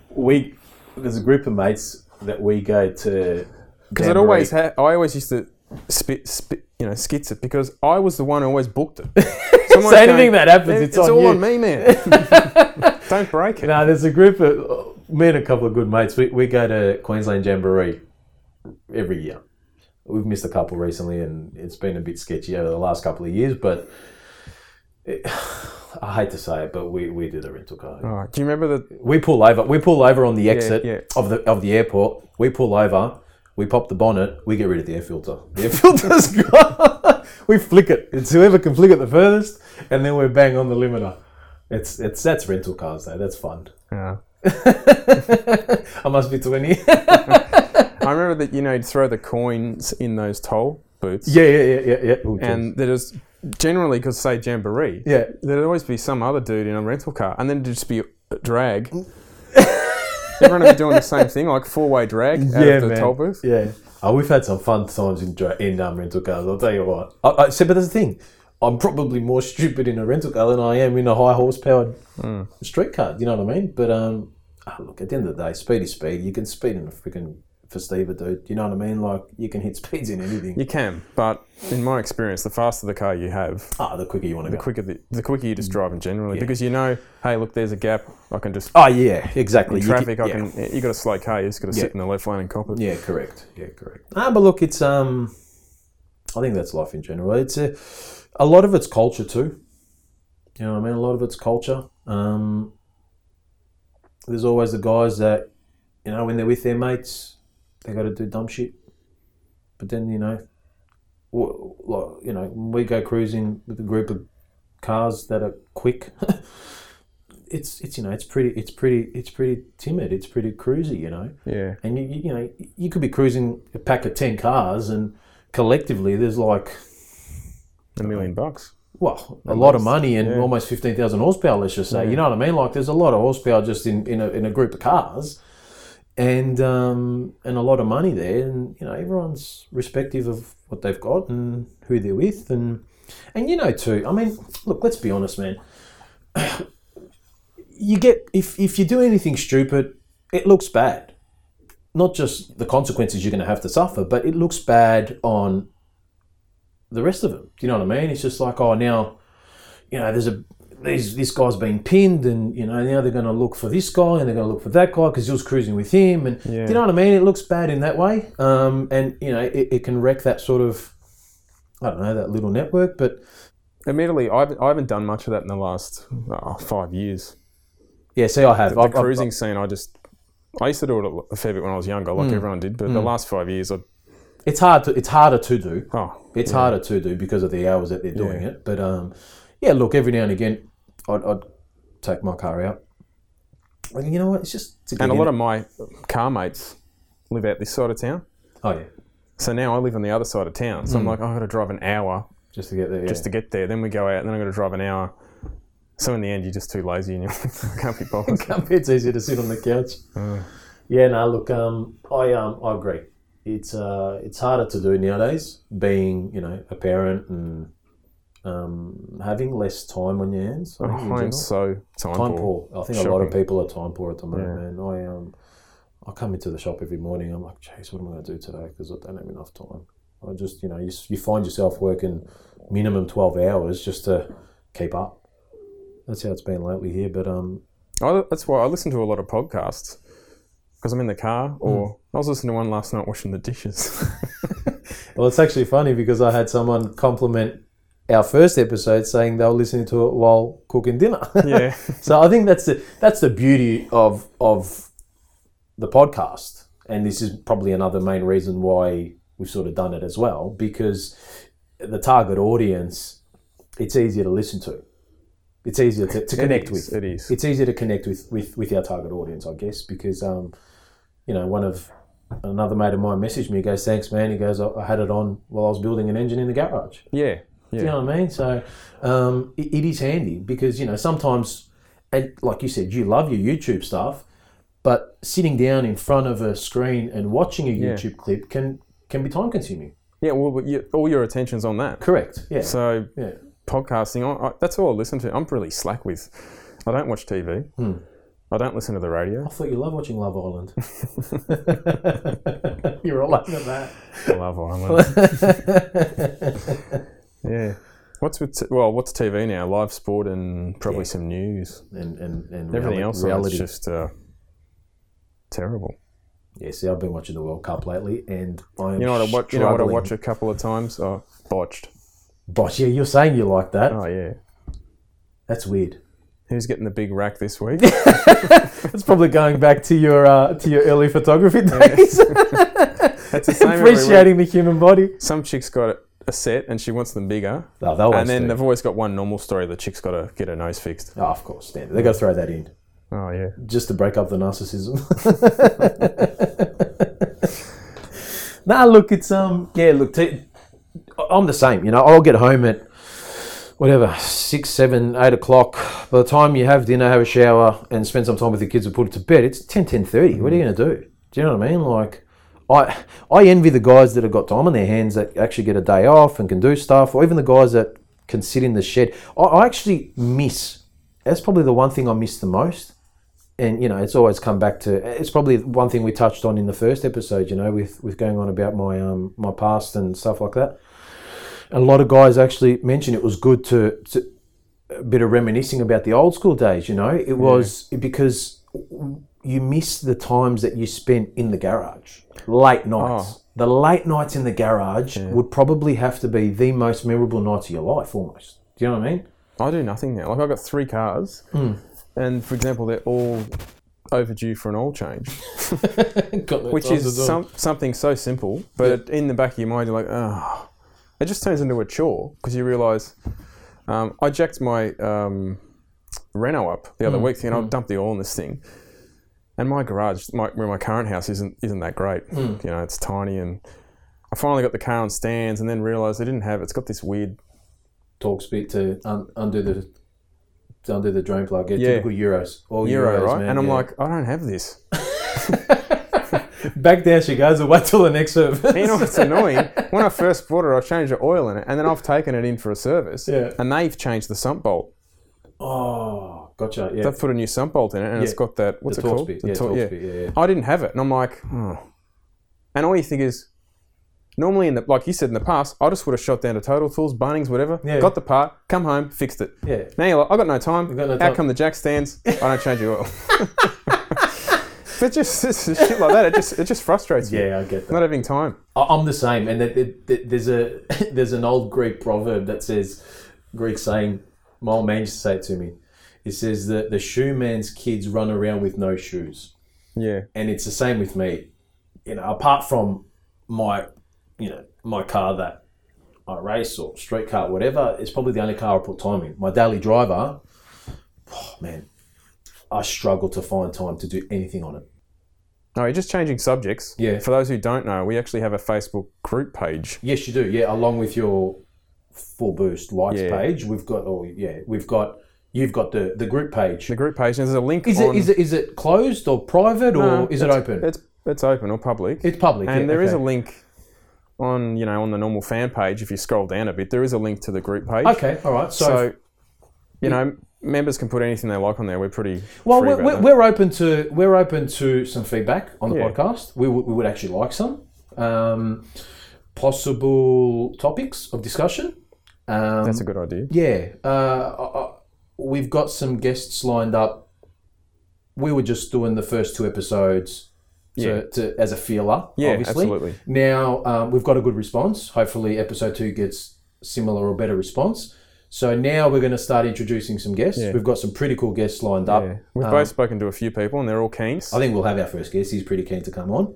B: we, there's a group of mates that we go to.
A: Because it always ha- I always used to spit, spit, you know, skits it because I was the one who always booked
B: *laughs*
A: it. Someone's
B: So anything that happens,
A: "It-
B: it's on
A: all
B: you."
A: on me, man.
B: *laughs*
A: Don't break it.
B: No, there's a group of me and a couple of good mates. We, we go to Queensland Jamboree every year. We've missed a couple recently, and it's been a bit sketchy over the last couple of years. But it, I hate to say it, but we, we did a rental car.
A: All right. Do you remember the?
B: We pull over. We pull over on the exit
A: yeah.
B: of the of the airport. We pull over. We pop the bonnet. We get rid of the air filter. The air *laughs* filter's gone. we flick it. It's whoever can flick it the furthest, and then we bang on the limiter. It's it's that's rental cars though. That's fun.
A: Yeah.
B: I must be 20. yeah,
A: I remember that you know you'd throw the coins in those toll booths,
B: *laughs* yeah, yeah, yeah, yeah. Oh, geez.
A: and there was generally because say jamboree,
B: yeah.
A: there'd always be some other dude in a rental car, and then it'd just be a
B: *laughs*
A: drag. Everyone would be doing the same thing, like four way drag out
B: yeah,
A: of the
B: man.
A: toll booth.
B: Yeah. Oh, we've had some fun times in, dra- in um, rental cars, I'll tell you what. I, I, see, but that's the thing. I'm probably more stupid in a rental car than I am in a high horsepowered
A: Hmm.
B: street car. You know what I mean? But um, oh, look, at the end of the day, speed is speed. You can speed in a freaking festiva, dude. You know what I mean? Like, you can hit *laughs* speeds in anything.
A: You can, but in my experience, the faster the car you have,
B: Ah, the quicker you want to go.
A: quicker the, the quicker you
B: Mm.
A: just drive in generally because you know hey look there's a gap i can just
B: Oh, yeah, exactly. You
A: traffic
B: can-
A: i can you got a slow car you just got to sit in the left lane and cop it
B: Yeah, correct. Yeah, correct. Ah, but look, it's um, I think that's life in general. It's a, a lot of it's culture too. You know what I mean? A lot of it's culture. Um, there's always the guys that, you know, when they're with their mates, they got to do dumb shit. But then you know, w- like you know, when we go cruising with a group of cars that are quick. *laughs* it's it's you know it's pretty it's pretty it's pretty timid. It's pretty cruisy, you know.
A: Yeah.
B: And you, you, you know you could be cruising a pack of ten cars, and collectively there's like
A: A million bucks.
B: well a lot of
A: least,
B: money and
A: yeah.
B: almost fifteen thousand horsepower. Let's just say, you know what I mean? Like there's a lot of horsepower just in in a, in a group of cars, and um and a lot of money there, and you know everyone's respective of what they've got and who they're with, and and you know too. I mean, look, let's be honest, man. you get if if you do anything stupid, it looks bad. Not just the consequences you're going to have to suffer, but it looks bad on the rest of them. Do you know what I mean? It's just like, oh, now, you know, there's a these this guy's been pinned, and you know now they're going to look for this guy and they're going to look for that guy because he was cruising with him, and do
A: Yeah.
B: you know what I mean? It looks bad in that way, um, and you know it, it can wreck that sort of, I don't know, that little network. But
A: Admittedly, I haven't, I haven't done much of that in the last oh, five years.
B: yeah, see, I have
A: The
B: I've- I've-
A: cruising scene, I just. I used to do it a- a fair bit when I was younger,
B: Mm.
A: like everyone did, but the last five years, I.
B: it's hard to it's harder to do.
A: Oh,
B: It's harder to do because of the hours that they're doing
A: Yeah.
B: it. But um, yeah, look, every now and again, I'd, I'd take my car out. And you know what? It's just to
A: and a lot of my car mates live out this side of town.
B: oh yeah,
A: So now I live on the other side of town. So I'm like, I've got to drive an hour
B: just to get there. Yeah.
A: just to get there. Then we go out, and then I've got to drive an hour. So in the end, you're just too lazy and *laughs* you can't be bothered.
B: *laughs* it's easier to sit on the couch.
A: Mm.
B: Yeah, no, look, um, I um, I agree. It's uh, it's harder to do nowadays, being you know a parent and um, having less time on your hands. I think, in
A: I am
B: general.
A: so time,
B: time
A: poor.
B: poor. I think a lot of
A: Shocking.
B: people are time poor at the moment, man. I um, I come into the shop every morning. I'm like, jeez, what am I going to do today? Because I don't have enough time. I just, you know, you, s- you find yourself working minimum twelve hours just to keep up. That's how it's been lately here. But um,
A: I, that's why I listen to a lot of podcasts because I'm in the car or I was listening to one last night washing the *laughs* dishes.
B: well, it's actually funny because I had someone compliment our first episode saying they were listening to it while cooking dinner. *laughs*
A: yeah.
B: so I think that's the that's the beauty of of the podcast, and this is probably another main reason why we've sort of done it as well because the target audience it's easier to listen to, it's easier to, to connect
A: It
B: with
A: is, It is.
B: it's easier to connect with with with our target audience, I guess, because um, you know, one of another mate of mine messaged me. He goes, "Thanks, man." He goes, "I, I had it on while I was building an engine in the garage."
A: yeah. Yeah.
B: Do you know what I mean? So um, it, it is handy because you know sometimes, and like you said, you love your YouTube stuff, but sitting down in front of a screen and watching a YouTube clip can can be time consuming.
A: Yeah. Well, but you, all your attention's on that.
B: Correct. Yeah.
A: So
B: yeah.
A: podcasting, I, I, that's all I listen to. I'm really slack with. I don't watch TV. I don't listen to the *laughs* radio.
B: I thought you love watching
A: *laughs*
B: Love Island. *laughs* You're all over that.
A: I love Island. *laughs* yeah. What's with t- well? What's TV now? Live sport and probably some news.
B: And and and
A: Everything
B: reali-
A: else reality. is just uh, terrible.
B: Yeah, see, I've been watching the World Cup lately, and I am
A: You know what I watch? You know what I
B: struggling.
A: watch a couple of times. I botched.
B: But yeah, you're saying you like that.
A: Oh yeah.
B: That's weird.
A: Who's getting the big rack this *laughs* week?
B: That's probably going back to your uh, to your
A: *laughs*
B: early photography days, *laughs*
A: That's the same every week.
B: appreciating the human body.
A: Some chick's got a set and she wants them bigger.
B: No, they'll
A: And then they've always got one normal story. The chick's got to get her nose fixed.
B: oh, of course, standard. They got to throw that in
A: Oh yeah.
B: just to break up the narcissism. *laughs* nah, look, it's um, yeah, look, t- I'm the same. You know, I'll get home at whatever six, seven, eight o'clock. By the time you have dinner, have a shower, and spend some time with the kids and put it to bed, it's 10, 10 What are you going to do? Do you know what I mean? Like. I, I envy the guys that have got time on their hands that actually get a day off and can do stuff, or even the guys that can sit in the shed. I, I actually miss, that's probably the one thing I miss the most and you know it's always come back to it's probably one thing we touched on in the first episode you know with with going on about my um my past and stuff like that a lot of guys actually mentioned it was good to, to a bit of reminiscing about the old school days you know it was because you miss the times that you spent in the garage late
A: Oh.
B: nights the late nights in the garage would probably have to be the most memorable nights of your life almost do you know what i mean
A: I do nothing now. Like I've got three cars,
B: Hmm.
A: and for example, they're all overdue for an oil change, which is some, something so simple, but in the back of your mind, you're like, oh, it just turns into a chore because you realise. Um, I jacked my um, reno up the
B: Hmm.
A: other week, thinking I'll dump the oil in this thing. And my garage, my, where my current house isn't isn't that great.
B: Hmm.
A: You know, it's tiny, and I finally got the car on stands, and then realised I didn't have. It's got this weird.
B: Talk speed to un- undo the to undo the drain plug. Yeah,
A: Yeah.
B: typical euros. All
A: Euro,
B: euros,
A: right?
B: man,
A: and I'm
B: yeah.
A: like, I don't have this.
B: back down she goes. and Wait till the next service.
A: You know what's annoying? When I first bought it, I changed the oil in it, and then I've taken it in for a service,
B: Yeah.
A: and they've changed the sump bolt.
B: *laughs* Oh, gotcha. Yeah,
A: They've put a new sump bolt in it, and it's
B: Yeah.
A: got that what's
B: the
A: it
B: torque
A: called?
B: speed.
A: The
B: Yeah,
A: tor-
B: torque
A: yeah.
B: speed. Yeah, yeah.
A: I didn't have it, and I'm like, oh. and all you think is, normally in the like you said in the past, I just would have shot down to Total Tools, Bunnings, whatever,
B: Yeah.
A: got the part, come home, fixed it.
B: Yeah.
A: Now you're like, I got no time.
B: got no
A: How
B: time.
A: come the jack stands? I don't change your oil. *laughs* but just it's just shit like that, it just it just frustrates you.
B: Yeah, I get that.
A: Not having time.
B: I- I'm the same, and that, that, that there's a *laughs* there's an old Greek proverb that says Greek saying. My old man used to say it to me. It says that the shoe man's kids run around with no shoes,
A: Yeah.
B: and it's the same with me. You know, apart from my, you know, my car that I race or street car, whatever, it's probably the only car I put time in. My daily driver, oh man, I struggle to find time to do anything on it.
A: No, you're just changing subjects.
B: Yeah.
A: For those who don't know, we actually have a Facebook group page.
B: Yes, you do. Yeah, along with your full boost likes
A: Yeah.
B: page, we've got. Oh, yeah, we've got. You've got the the group page.
A: The group page, and there's a link
B: Is it
A: on
B: is it is it closed or private or
A: No,
B: is it open? It's,
A: it's it's open or public.
B: public.
A: And
B: yeah,
A: there is
B: okay.
A: a link on, you know, on the normal fan page. If you scroll down a bit, there is a link to the group page.
B: Okay, all right. So,
A: So, you know, members can put anything they like on there. We're pretty
B: well,
A: free
B: we're,
A: about
B: we're,
A: that.
B: we're open to we're open to some feedback on the
A: Yeah.
B: podcast. We would we would actually like some um, possible topics of discussion. Um,
A: That's a good idea.
B: Yeah, uh, I- I- we've got some guests lined up. We were just doing the first two episodes to,
A: Yeah.
B: to, as a feeler,
A: Yeah,
B: obviously.
A: absolutely.
B: Now um, we've got a good response. Hopefully, episode two gets similar or better response. So now we're going to start introducing some guests. We've got some pretty cool guests lined up.
A: Yeah. We've both spoken to a few people and they're all keen.
B: Um, I think we'll have our first guest. He's pretty keen to come on.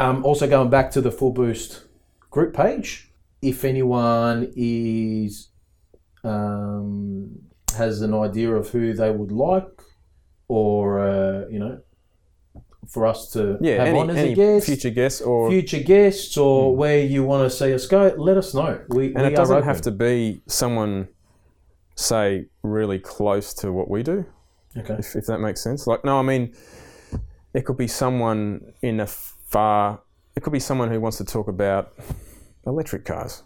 B: Um, also, going back to the Full Boost group page, if anyone is um, has an idea of who they would like, or uh, you know, for us to
A: Yeah,
B: have
A: any,
B: on as
A: any
B: a guest, future,
A: future guests or Hmm.
B: guests, or where you want to see us go, let us know. We
A: and
B: we
A: it doesn't
B: are
A: have to be someone say really close to what we do.
B: Okay.
A: If, if that makes sense. Like no, I mean it could be someone in a far it could be someone who wants to talk about electric cars.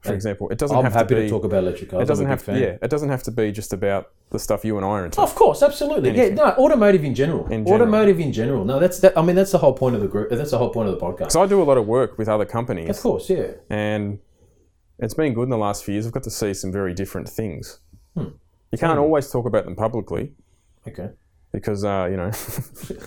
A: For example, it doesn't
B: I'm
A: have
B: happy
A: to
B: to,
A: be
B: talk about electric cars.
A: it doesn't
B: I'm a big
A: have to
B: fan.
A: yeah, it doesn't have to be just about the stuff you and I are into.
B: Of course, absolutely. Yeah, no, automotive in general.
A: general.
B: Automotive in general. No, that's that. I mean, that's the whole point of the group. That's the whole point of the podcast.
A: So I do a lot of work with other
B: Of
A: companies,
B: course, yeah.
A: and it's been good in the last few years. I've got to see some very different things.
B: Hmm.
A: You can't always talk about them publicly
B: Okay.
A: because uh, you know *laughs*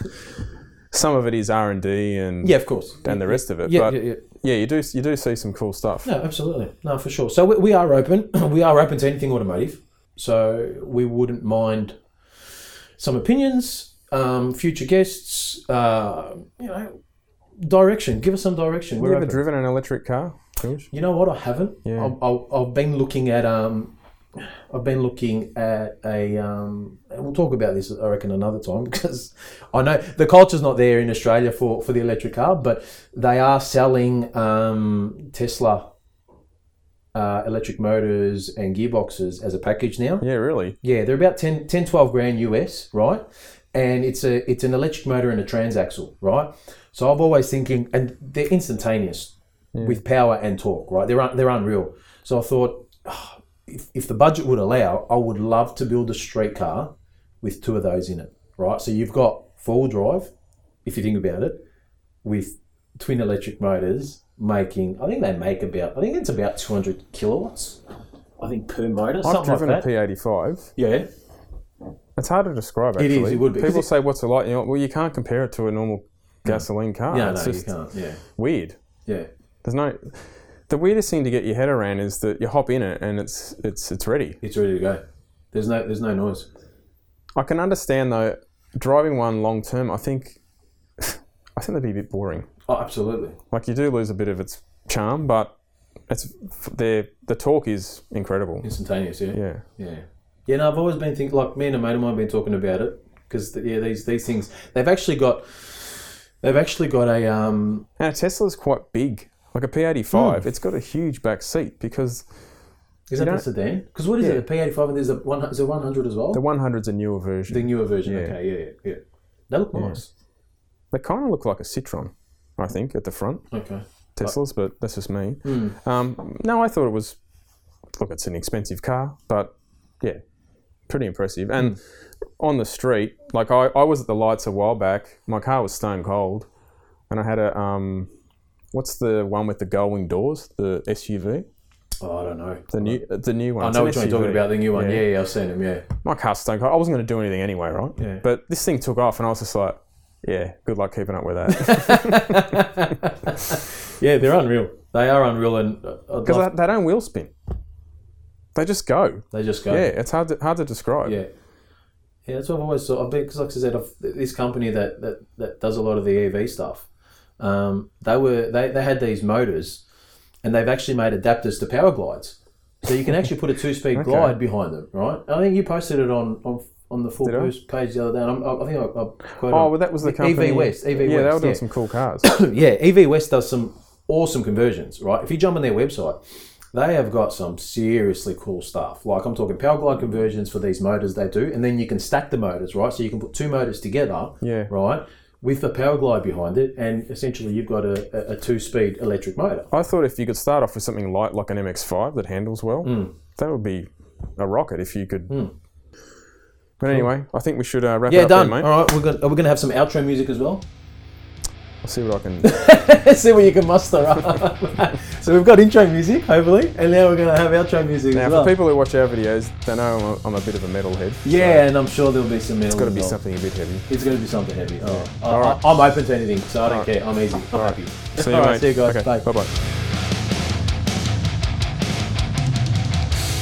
A: some of it is R and D and
B: Yeah, of course.
A: and the rest of it.
B: Yeah,
A: but
B: yeah, yeah.
A: yeah, you do you do see some cool stuff.
B: No, absolutely. No, for sure. So we, we are open. *clears throat* we are open to anything automotive. So we wouldn't mind some opinions, um, future guests. Uh, you know, direction. Give us some direction.
A: Have
B: We're
A: you ever
B: open.
A: driven an electric car? George?
B: You know what? I haven't.
A: Yeah.
B: I've, I've, I've been looking at um, I've been looking at a um, and we'll talk about this I reckon another time *laughs* because I know the culture's not there in Australia for for the electric car, but they are selling um, Tesla. Uh, electric motors and gearboxes as a package now.
A: Yeah, really.
B: Yeah, they're about 10, 10 12 grand US, right? And it's a it's an electric motor and a transaxle, right? So I've always thinking, and they're instantaneous with power and torque, right? They're un- they're unreal. So I thought, "Ah, if, if the budget would allow, I would love to build a street car with two of those in it, right? So you've got four wheel drive, if you think about it, with twin electric motors making. I think they make about. I think it's about two hundred kilowatts. I think per motor,
A: I've
B: something
A: driven
B: like
A: a
B: that.
A: P85.
B: yeah.
A: It's hard to describe.
B: It
A: Actually,
B: is, it would be, 'cause
A: People
B: it-
A: say, "What's it like?" You know, well, you can't compare it to a normal gasoline car.
B: Yeah,
A: it's
B: no,
A: just
B: you can't. Yeah,
A: weird.
B: yeah,
A: There's no. The weirdest thing to get your head around is that you hop in it and it's it's it's ready.
B: it's ready to go. There's no, there's no noise.
A: I can understand though, driving one long term. I think, *sighs* I think that'd be a bit boring.
B: Oh, absolutely.
A: Like you do lose a bit of its charm, but it's f- the the talk is incredible.
B: Instantaneous. Yeah,
A: Yeah,
B: yeah. Yeah, no, I've always been thinking, like me and a mate of mine have been talking about it because yeah, these these things they've actually got they've actually got a um
A: And a Tesla's quite big. Like a P85,
B: Hmm.
A: it's got a huge back seat because You
B: is that
A: know-
B: the sedan? Because what is it? A P eighty five and there's a one is a one hundred as well.
A: the
B: The,
A: 100's a newer version.
B: newer version.
A: Yeah.
B: Okay, yeah, yeah, yeah. They look nice.
A: They kind of look like a Citroen, I think, at the front.
B: Okay.
A: Teslas, but that's just me.
B: hmm.
A: Um, no, I thought it was. Look, it's an expensive car, but yeah, pretty impressive. And
B: Hmm.
A: on the street, like I, I was at the lights a while back. My car was stone cold, and I had a um, what's the one with the gull wing doors? The SUV,
B: Oh, I don't know.
A: the new, the new one.
B: I know which one you're talking about. The new one. Yeah, yeah, I've seen them. Yeah.
A: My car's stone cold. I wasn't going to do anything anyway, right?
B: Yeah.
A: But this thing took off, and I was just like, yeah, good luck keeping up with
B: *laughs*
A: that
B: Yeah, they're unreal. They are unreal, and uh, I'd
A: because
B: love-
A: they, they don't wheel spin. They just go.
B: they just go.
A: Yeah, it's hard to, hard to describe.
B: Yeah. Yeah, that's what I've always thought. I've been, because like I said, I've, this company that, that, that does a lot of the EV stuff, um, they were they, they had these motors, and they've actually made adapters to power glides, so you can actually put a
A: *laughs*
B: two speed glide behind them, right? I think you posted it on on, on the full
A: I?
B: post page the other day. And I'm, I I think I, I quoted.
A: Oh, well, that was the company.
B: EV E-, West. EV
A: yeah,
B: West.
A: they were doing
B: yeah.
A: some cool cars. *coughs*
B: yeah, EV West does some awesome conversions, right? If you jump on their website, they have got some seriously cool stuff. Like I'm talking power glide conversions for these motors they do, and then you can stack the motors, right? So you can put two motors together,
A: Yeah.
B: right, with the power glide behind it, and essentially you've got a, a- a two-speed electric motor.
A: I thought if you could start off with something light like an MX-5 that handles well,
B: Hmm.
A: that would be a rocket if you could. But anyway, I think we should uh, wrap it
B: Yeah,
A: up
B: done.
A: there, mate.
B: All right, we're gonna, are we going to have some outro music as well? *laughs*
A: I'll see what I can.
B: Let's see what you can muster up. *laughs* so we've got intro music, hopefully, and now we're going to have outro music
A: now,
B: as well.
A: for people who watch our videos, they know I'm a, I'm a bit of a metalhead.
B: yeah, and I'm sure there'll be some. It's
A: Got to be something a bit
B: *laughs*
A: heavy.
B: It's going to be something heavy. Oh, I,
A: All right.
B: I, I'm open to anything, so I don't care. I'm easy. I'm happy.
A: See you,
B: All
A: mate.
B: right, see you guys.
A: Okay,
B: Bye.
A: Bye bye.